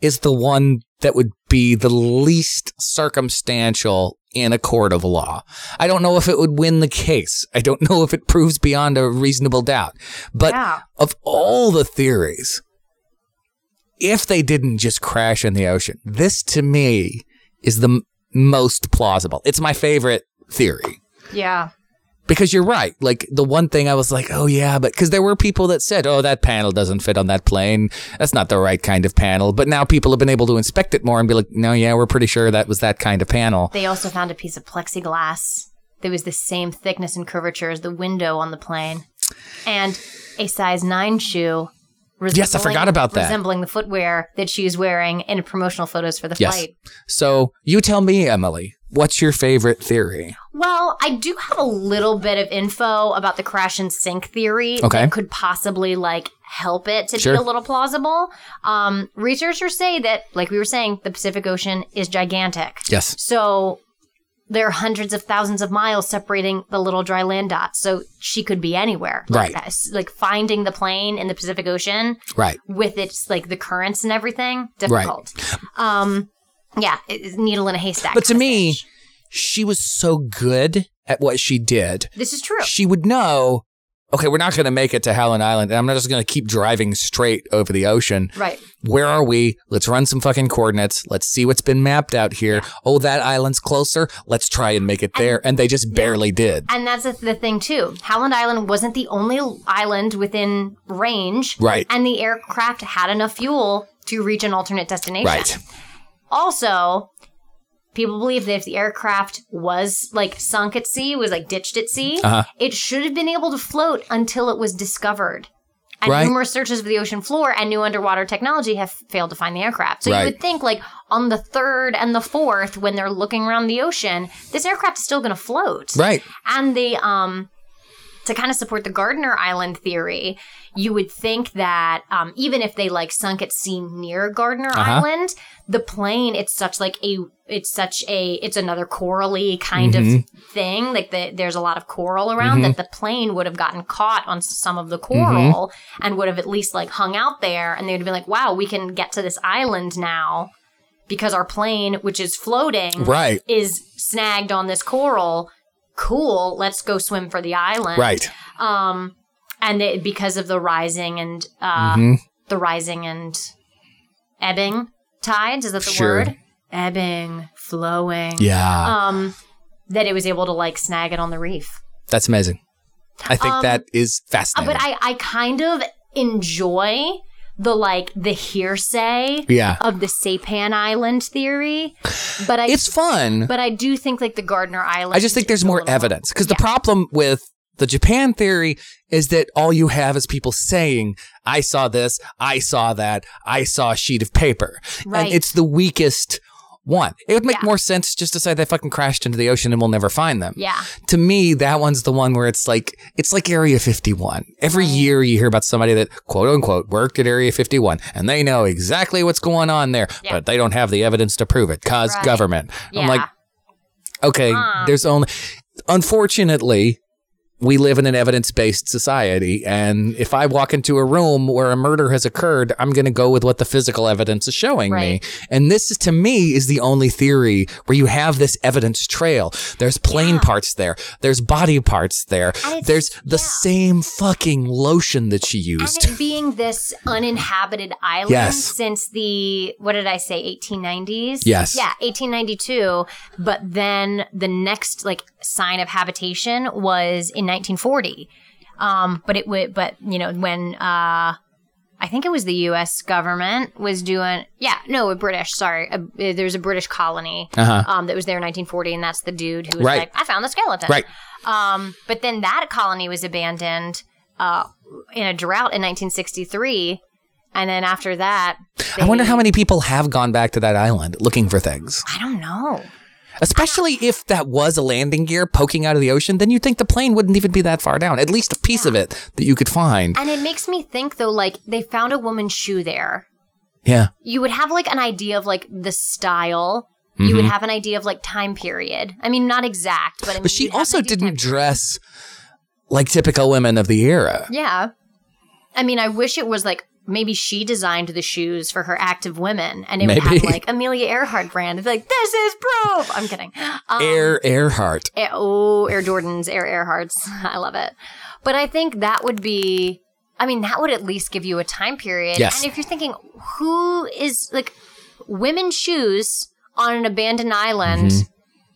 is the one that would be the least circumstantial in a court of law. I don't know if it would win the case. I don't know if it proves beyond a reasonable doubt. But
Yeah.
of all the theories, if they didn't just crash in the ocean, this to me is the m- most plausible. It's my favorite theory
Yeah.
because you're right. Like the one thing I was like, oh yeah, but because there were people that said, oh that panel doesn't fit on that plane. That's not the right kind of panel. But now people have been able to inspect it more and be like, no, yeah, we're pretty sure that was that kind of panel.
They also found a piece of plexiglass that was the same thickness and curvature as the window on the plane, and a size nine shoe.
Yes, I forgot
resembling-
about that.
Resembling the footwear that she is wearing in promotional photos for the
Yes.
flight.
So you tell me, Emily, what's your favorite theory?
Well, I do have a little bit of info about the crash and sink theory
Okay.
that could possibly like help it to
Sure.
be a little plausible. Um, researchers say that, like we were saying, the Pacific Ocean is gigantic.
Yes.
So there are hundreds of thousands of miles separating the little dry land dots. So she could be anywhere. Like
Right.
that's- Like finding the plane in the Pacific Ocean
Right.
with its like the currents and everything difficult. Um, yeah, it- it's needle in a haystack.
But to
kinda
me,
fish.
she was so good at what she did.
this is true.
She would know, okay, we're not going to make it to Howland Island, and I'm not just going to keep driving straight over the ocean.
Right.
Where are we? Let's run some fucking coordinates. Let's see what's been mapped out here. Oh, that island's closer. Let's try and make it there. And they just barely did.
And that's the, the thing too. Howland Island wasn't the only island within range.
Right.
And the aircraft had enough fuel to reach an alternate destination.
Right.
Also, people believe that if the aircraft was like sunk at sea, was like ditched at sea,
Uh-huh.
it should have been able to float until it was discovered. And
Right.
numerous searches of the ocean floor and new underwater technology have failed to find the aircraft. So
Right.
you would think, like, on the third and the fourth, when they're looking around the ocean, this aircraft is still going to float.
Right.
And the um to kind of support the Gardner Island theory, you would think that um, even if they like sunk at sea near Gardner
Uh-huh.
Island, the plane it's such like a it's such a it's another corally kind
Mhm.
of thing. Like the, there's a lot of coral around
Mm-hmm.
that the plane would have gotten caught on some of the coral
Mm-hmm.
and would have at least like hung out there, and they would have been like, "Wow, we can get to this island now." Because our plane, which is floating,
Right.
is snagged on this coral. Cool, let's go swim for the island.
Right.
Um, and it, because of the rising and uh,
Mhm.
the rising and ebbing tides, is that the
Sure.
word? Ebbing, flowing.
Yeah.
Um, that it was able to like snag it on the reef.
That's amazing. I think
Um,
that is
Uh,
fascinating.
but I, I kind of enjoy the like the hearsay
yeah.
of the Sapan Island theory, but I
It's fun.
but I do think like the Gardner Island.
I just think there's
is a
more
little-
evidence because the
Yeah.
problem with the Japan theory is that all you have is people saying, I saw this, I saw that, I saw a sheet of paper.
Right.
And it's the weakest one. It would make
Yeah.
more sense just to say they fucking crashed into the ocean and we'll never find them.
Yeah.
To me, that one's the one where it's like, it's like Area 51. Every year you hear about somebody that quote unquote worked at Area 51 and they know exactly what's going on there,
Yeah.
but they don't have the evidence to prove it because
Right.
government.
Yeah.
I'm like, Okay,
Um,
there's only. Unfortunately, we live in an evidence based society. And if I walk into a room where a murder has occurred, I'm going to go with what the physical evidence is showing me.
Right.
And this, is, to me, is the only theory where you have this evidence trail. There's plane parts there, there's body parts there,
And it's-
there's the
yeah.
same fucking lotion that she
and
used.
it being this uninhabited island
Yes.
since the what did I say 1890s?
Yes.
Yeah, 1892, but then the next like sign of habitation was in 1940. Um but it would but you know when uh I think it was the U.S. government was doing, yeah, no, a British. Sorry, a, there was a British colony
Uh-huh.
um, that was there in 1940, and that's the dude who was
Right.
like, "I found the skeleton."
Right.
Um, but then that colony was abandoned uh, in a drought in 1963, and then after that,
I wonder
they-
how many people have gone back to that island looking for things.
I don't know.
Especially if that was a landing gear poking out of the ocean, then you'd think the plane wouldn't even be that far down. At least a piece of it that you could find.
And it makes me think though, like they found a woman's shoe there.
Yeah.
You would have like an idea of like the style. You would have an idea of like time period. I mean, not exact, but I mean,
Mm-hmm. But she
you'd have an
also
idea of time
didn't dress like typical women of the era.
Yeah. I mean, I wish it was like maybe she designed the shoes for her active women and it would
Maybe.
have like Amelia Earhart brand. It'd be like, this is proof. I'm kidding. Um,
Air Earhart.
Air- oh, Air Jordans, Air Earharts. I love it. But I think that would be, I mean, that would at least give you a time period.
Yes.
And if you're thinking, who is like women's shoes on an abandoned island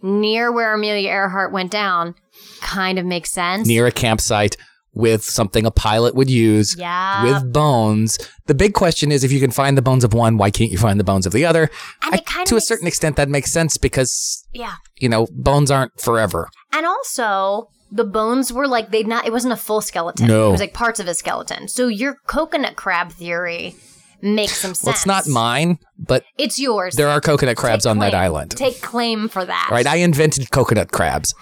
Mm-hmm.
near where Amelia Earhart went down kind of makes sense.
Near a campsite with something a pilot would use.
Yeah.
With bones. The big question is if you can find the bones of one, why can't you find the bones of the other?
And it kinda
to a
makes-
certain extent, that makes sense because,
yeah.
you know, bones aren't forever.
And also, the bones were like they not. It wasn't a full skeleton.
No.
it was like parts of a skeleton. So your coconut crab theory make some sense.
Well, it's not mine, but
It's yours.
there are coconut crabs
Take
on that
claim.
island.
Take claim for that.
All right, I invented coconut crabs.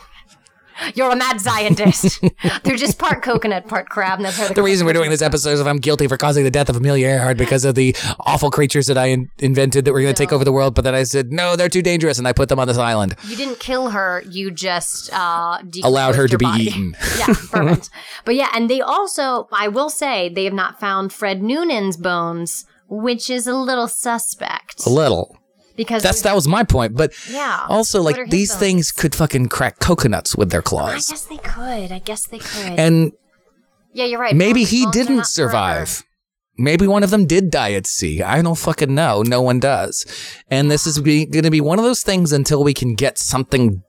You're a mad scientist. They're just part coconut, part crab. And that's how
The reason we're doing this episode is if I'm guilty for causing the death of Amelia Earhart because of the awful creatures that I in- invented that were going to take over the world, but then I said no, they're too dangerous, and I put them on this island.
You didn't kill her. You just uh, decomposed
Allowed her to
your
be
body.
eaten.
yeah, perfect. but yeah, and they also, I will say, they have not found Fred Noonan's bones, which is a little suspect
A little.
because
That's that was my point, but
Yeah.
also
What are
like
his
these
bones?
things could fucking crack coconuts with their
I
claws,
guess they could. I guess they could.
and
yeah, you're right.
maybe
Bones-
he
bones are
didn't
not forever.
survive. Maybe one of them did die at sea. I don't fucking know. No one does. And this is be, going to be one of those things until we can get something,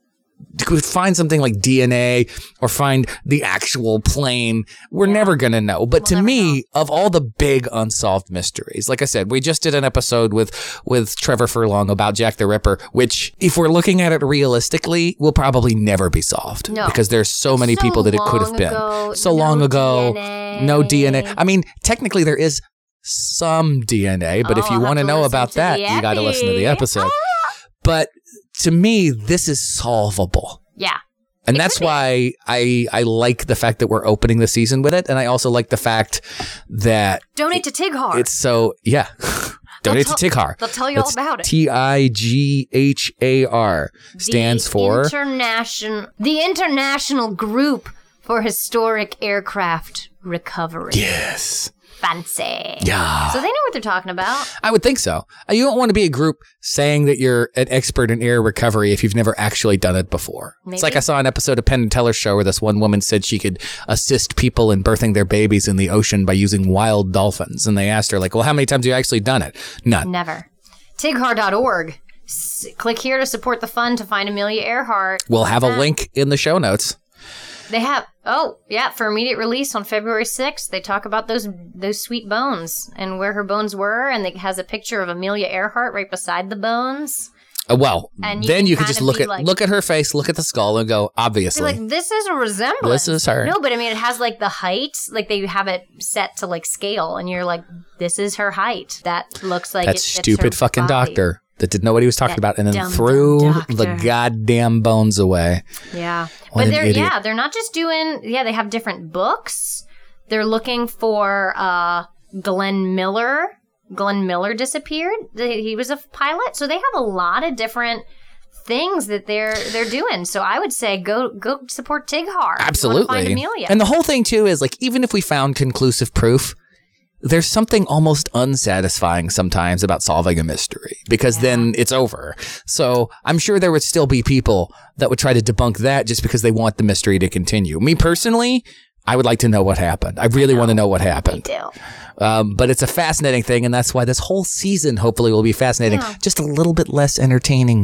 find something like DNA or find the actual plane. We're never going to know. But to me, of all the big unsolved mysteries, like I said, we just did an episode with, with Trevor Furlong about Jack the Ripper, which if we're looking at it realistically, will probably never be solved
No.
because there's so many
So
people that it could
long
have been.
ago,
so
no
long ago, no DNA.
DNA.
I mean, technically there is some DNA, but
Oh,
if you
I'll
want to
have to
know
listen
about
to
that,
the
you got to listen to the
epi. Ah!
episode. But to me, this is solvable.
Yeah.
And
It
that's
could be.
why I I like the fact that we're opening the season with it and I also like the fact that
Donate to Tighar.
it's so yeah. Donate
They'll
to
tell-
Tighar.
They'll tell you all about it.
T I G H A R stands
the
for
international the international group for historic aircraft recovery
Yes. Ah.
fancy
Yeah.
so they know what they're talking about
I would think so. Uh, You don't want to be a group saying that you're an expert in air recovery if you've never actually done it before.
Maybe.
It's like I saw an episode of Penn and Teller's show where this one woman said she could assist people in birthing their babies in the ocean by using wild dolphins, and they asked her like, "Well, how many times have you actually done it?" None.
never tighar.org S- click here to support the fund to find amelia earhart
We'll have a link in the show notes.
they have oh yeah for immediate release on february 6th they talk about those those sweet bones and where her bones were and it has a picture of amelia earhart right beside the bones
Uh, well,
And you
then
can
you could just
kinda
look
be
at
like-
look at her face, look at the skull, and go,
They're
obviously.
like this is a resemblance.
This is her.
No, but I mean, it has like the height. Like they have it set to like scale, and you're like, this is her height. That looks like
that
it fits
stupid
her
fucking
body.
doctor that didn't know what he was talking
That
about and then
dumb, dumb
threw the
doctor.
goddamn bones away.
Yeah,
What
but
an
they're
idiot.
yeah, they're not just doing yeah. They have different books. They're looking for uh Glenn Miller. Glenn Miller disappeared. They- He was a pilot, so they have a lot of different things that they're they're doing. So I would say go go support Tighar. if you wanna
Absolutely.
find Amelia.
And the whole thing too is like even if we found conclusive proof, there's something almost unsatisfying sometimes about solving a mystery because then it's over. So I'm sure there would still be people that would try to debunk that just because they want the mystery to continue. Me personally, I would like to know what happened. I really want to know what
They
happened.
do.
Um, but it's a fascinating thing, and that's why this whole season hopefully will be fascinating,
Yeah.
just a little bit less entertaining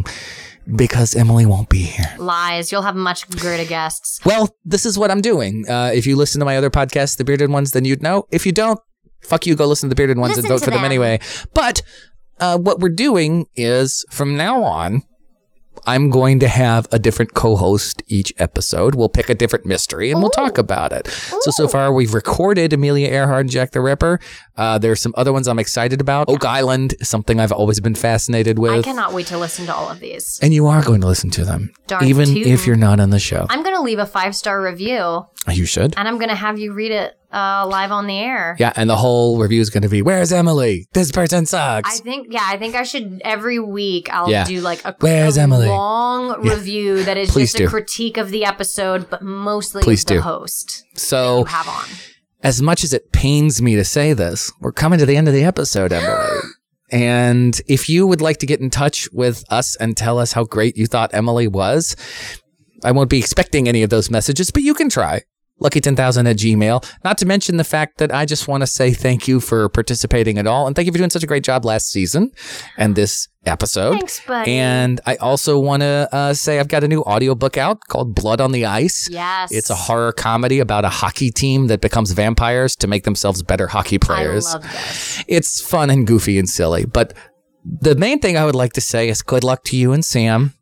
because Emily won't be here.
lies. You'll have much greater guests.
Well, this is what I'm doing. Uh, if you listen to my other podcast, The Bearded Ones, then you'd know. If you don't, fuck you, go listen to The Bearded Ones
Listen
and vote
to
for them,
them.
anyway. But uh, what we're doing is from now on, I'm going to have a different co host each episode. We'll pick a different mystery and we'll talk about it. So, so far, we've recorded Amelia Earhart and Jack the Ripper. Uh, there are some other ones I'm excited about. Oak Island, something I've always been fascinated with.
I cannot wait to listen to all of these.
and you are going to listen to them,
Darn
even
tootin'.
if you're not on the show.
I'm going to leave a five star review
you should.
and I'm going to have you read it uh, live on the air.
Yeah, and the whole review is going to be, "Where's Emily? This person
I
sucks."
think, yeah, I think I should every week I'll
Yeah.
do like a,
Where's
a
Emily?
long
Yeah.
review that is
Please
just
do.
a critique of the episode, but mostly
Please
the
do. Oh.
host you
so,
have on.
as much as it pains me to say this, we're coming to the end of the episode, Emily. and if you would like to get in touch with us and tell us how great you thought Emily was, I won't be expecting any of those messages, but you can try. Lucky10000 at Gmail. Not to mention the fact that I just want to say thank you for participating at all. And thank you for doing such a great job last season and this episode.
Thanks, buddy.
And I also want to uh, say I've got a new audiobook out called Blood on the Ice.
yes.
It's a horror comedy about a hockey team that becomes vampires to make themselves better hockey
I
players.
love this.
it's fun and goofy and silly. But the main thing I would like to say is good luck to you and Sam.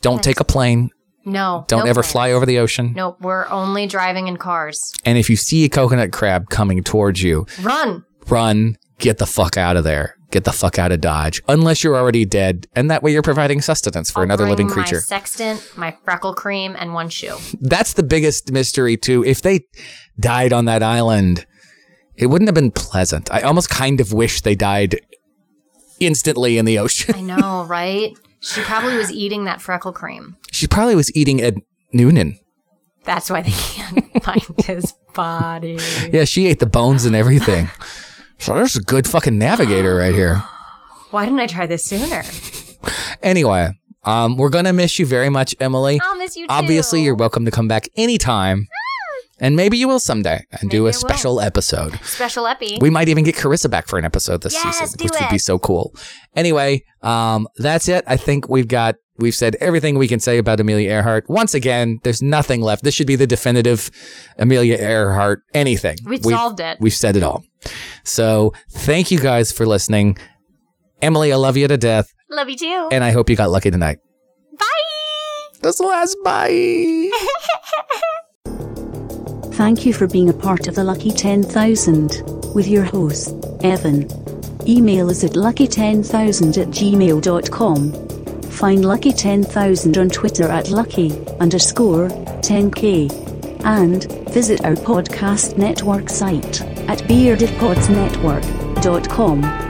Don't take a plane.
No.
Don't
no
ever
plans.
fly over the ocean.
Nope. We're only driving in cars.
And if you see a coconut crab coming towards you,
Run.
run, get the fuck out of there. Get the fuck out of Dodge, unless you're already dead, and that way you're providing sustenance for
I'll
another
bring
living
my
creature.
sextant, my freckle cream, and one shoe.
That's the biggest mystery too. If they died on that island, it wouldn't have been pleasant. I almost kind of wish they died instantly in the ocean.
I know, right? She probably was eating that freckle cream.
She probably was eating at Noonan.
That's why they can't find his body.
Yeah, she ate the bones and everything. So there's a good fucking navigator right here.
Why didn't I try this sooner?
Anyway, um, we're gonna miss you very much, Emily.
I'll miss you too. Ah!
Obviously, you're welcome to come back anytime, and maybe you will someday and do
Maybe I
a special episode.
special epi.
We might even get Carissa back for an episode this
Yes,
season,
do
which would be
it.
so cool. Anyway, um, that's it. I think we've got we've said everything we can say about Amelia Earhart. Once again, there's nothing left. This should be the definitive Amelia Earhart anything.
We've solved it.
We've said it all. So thank you guys for listening. Emily, I love you to death,
Love you too.
and I hope you got lucky tonight.
Bye.
That's the last bye.
Thank you for being a part of the Lucky 10,000 with your host, Evan. Email us at lucky10000 at gmail.com. Find Lucky 10,000 on Twitter at lucky underscore 10k. And visit our podcast network site at beardedpodsnetwork.com.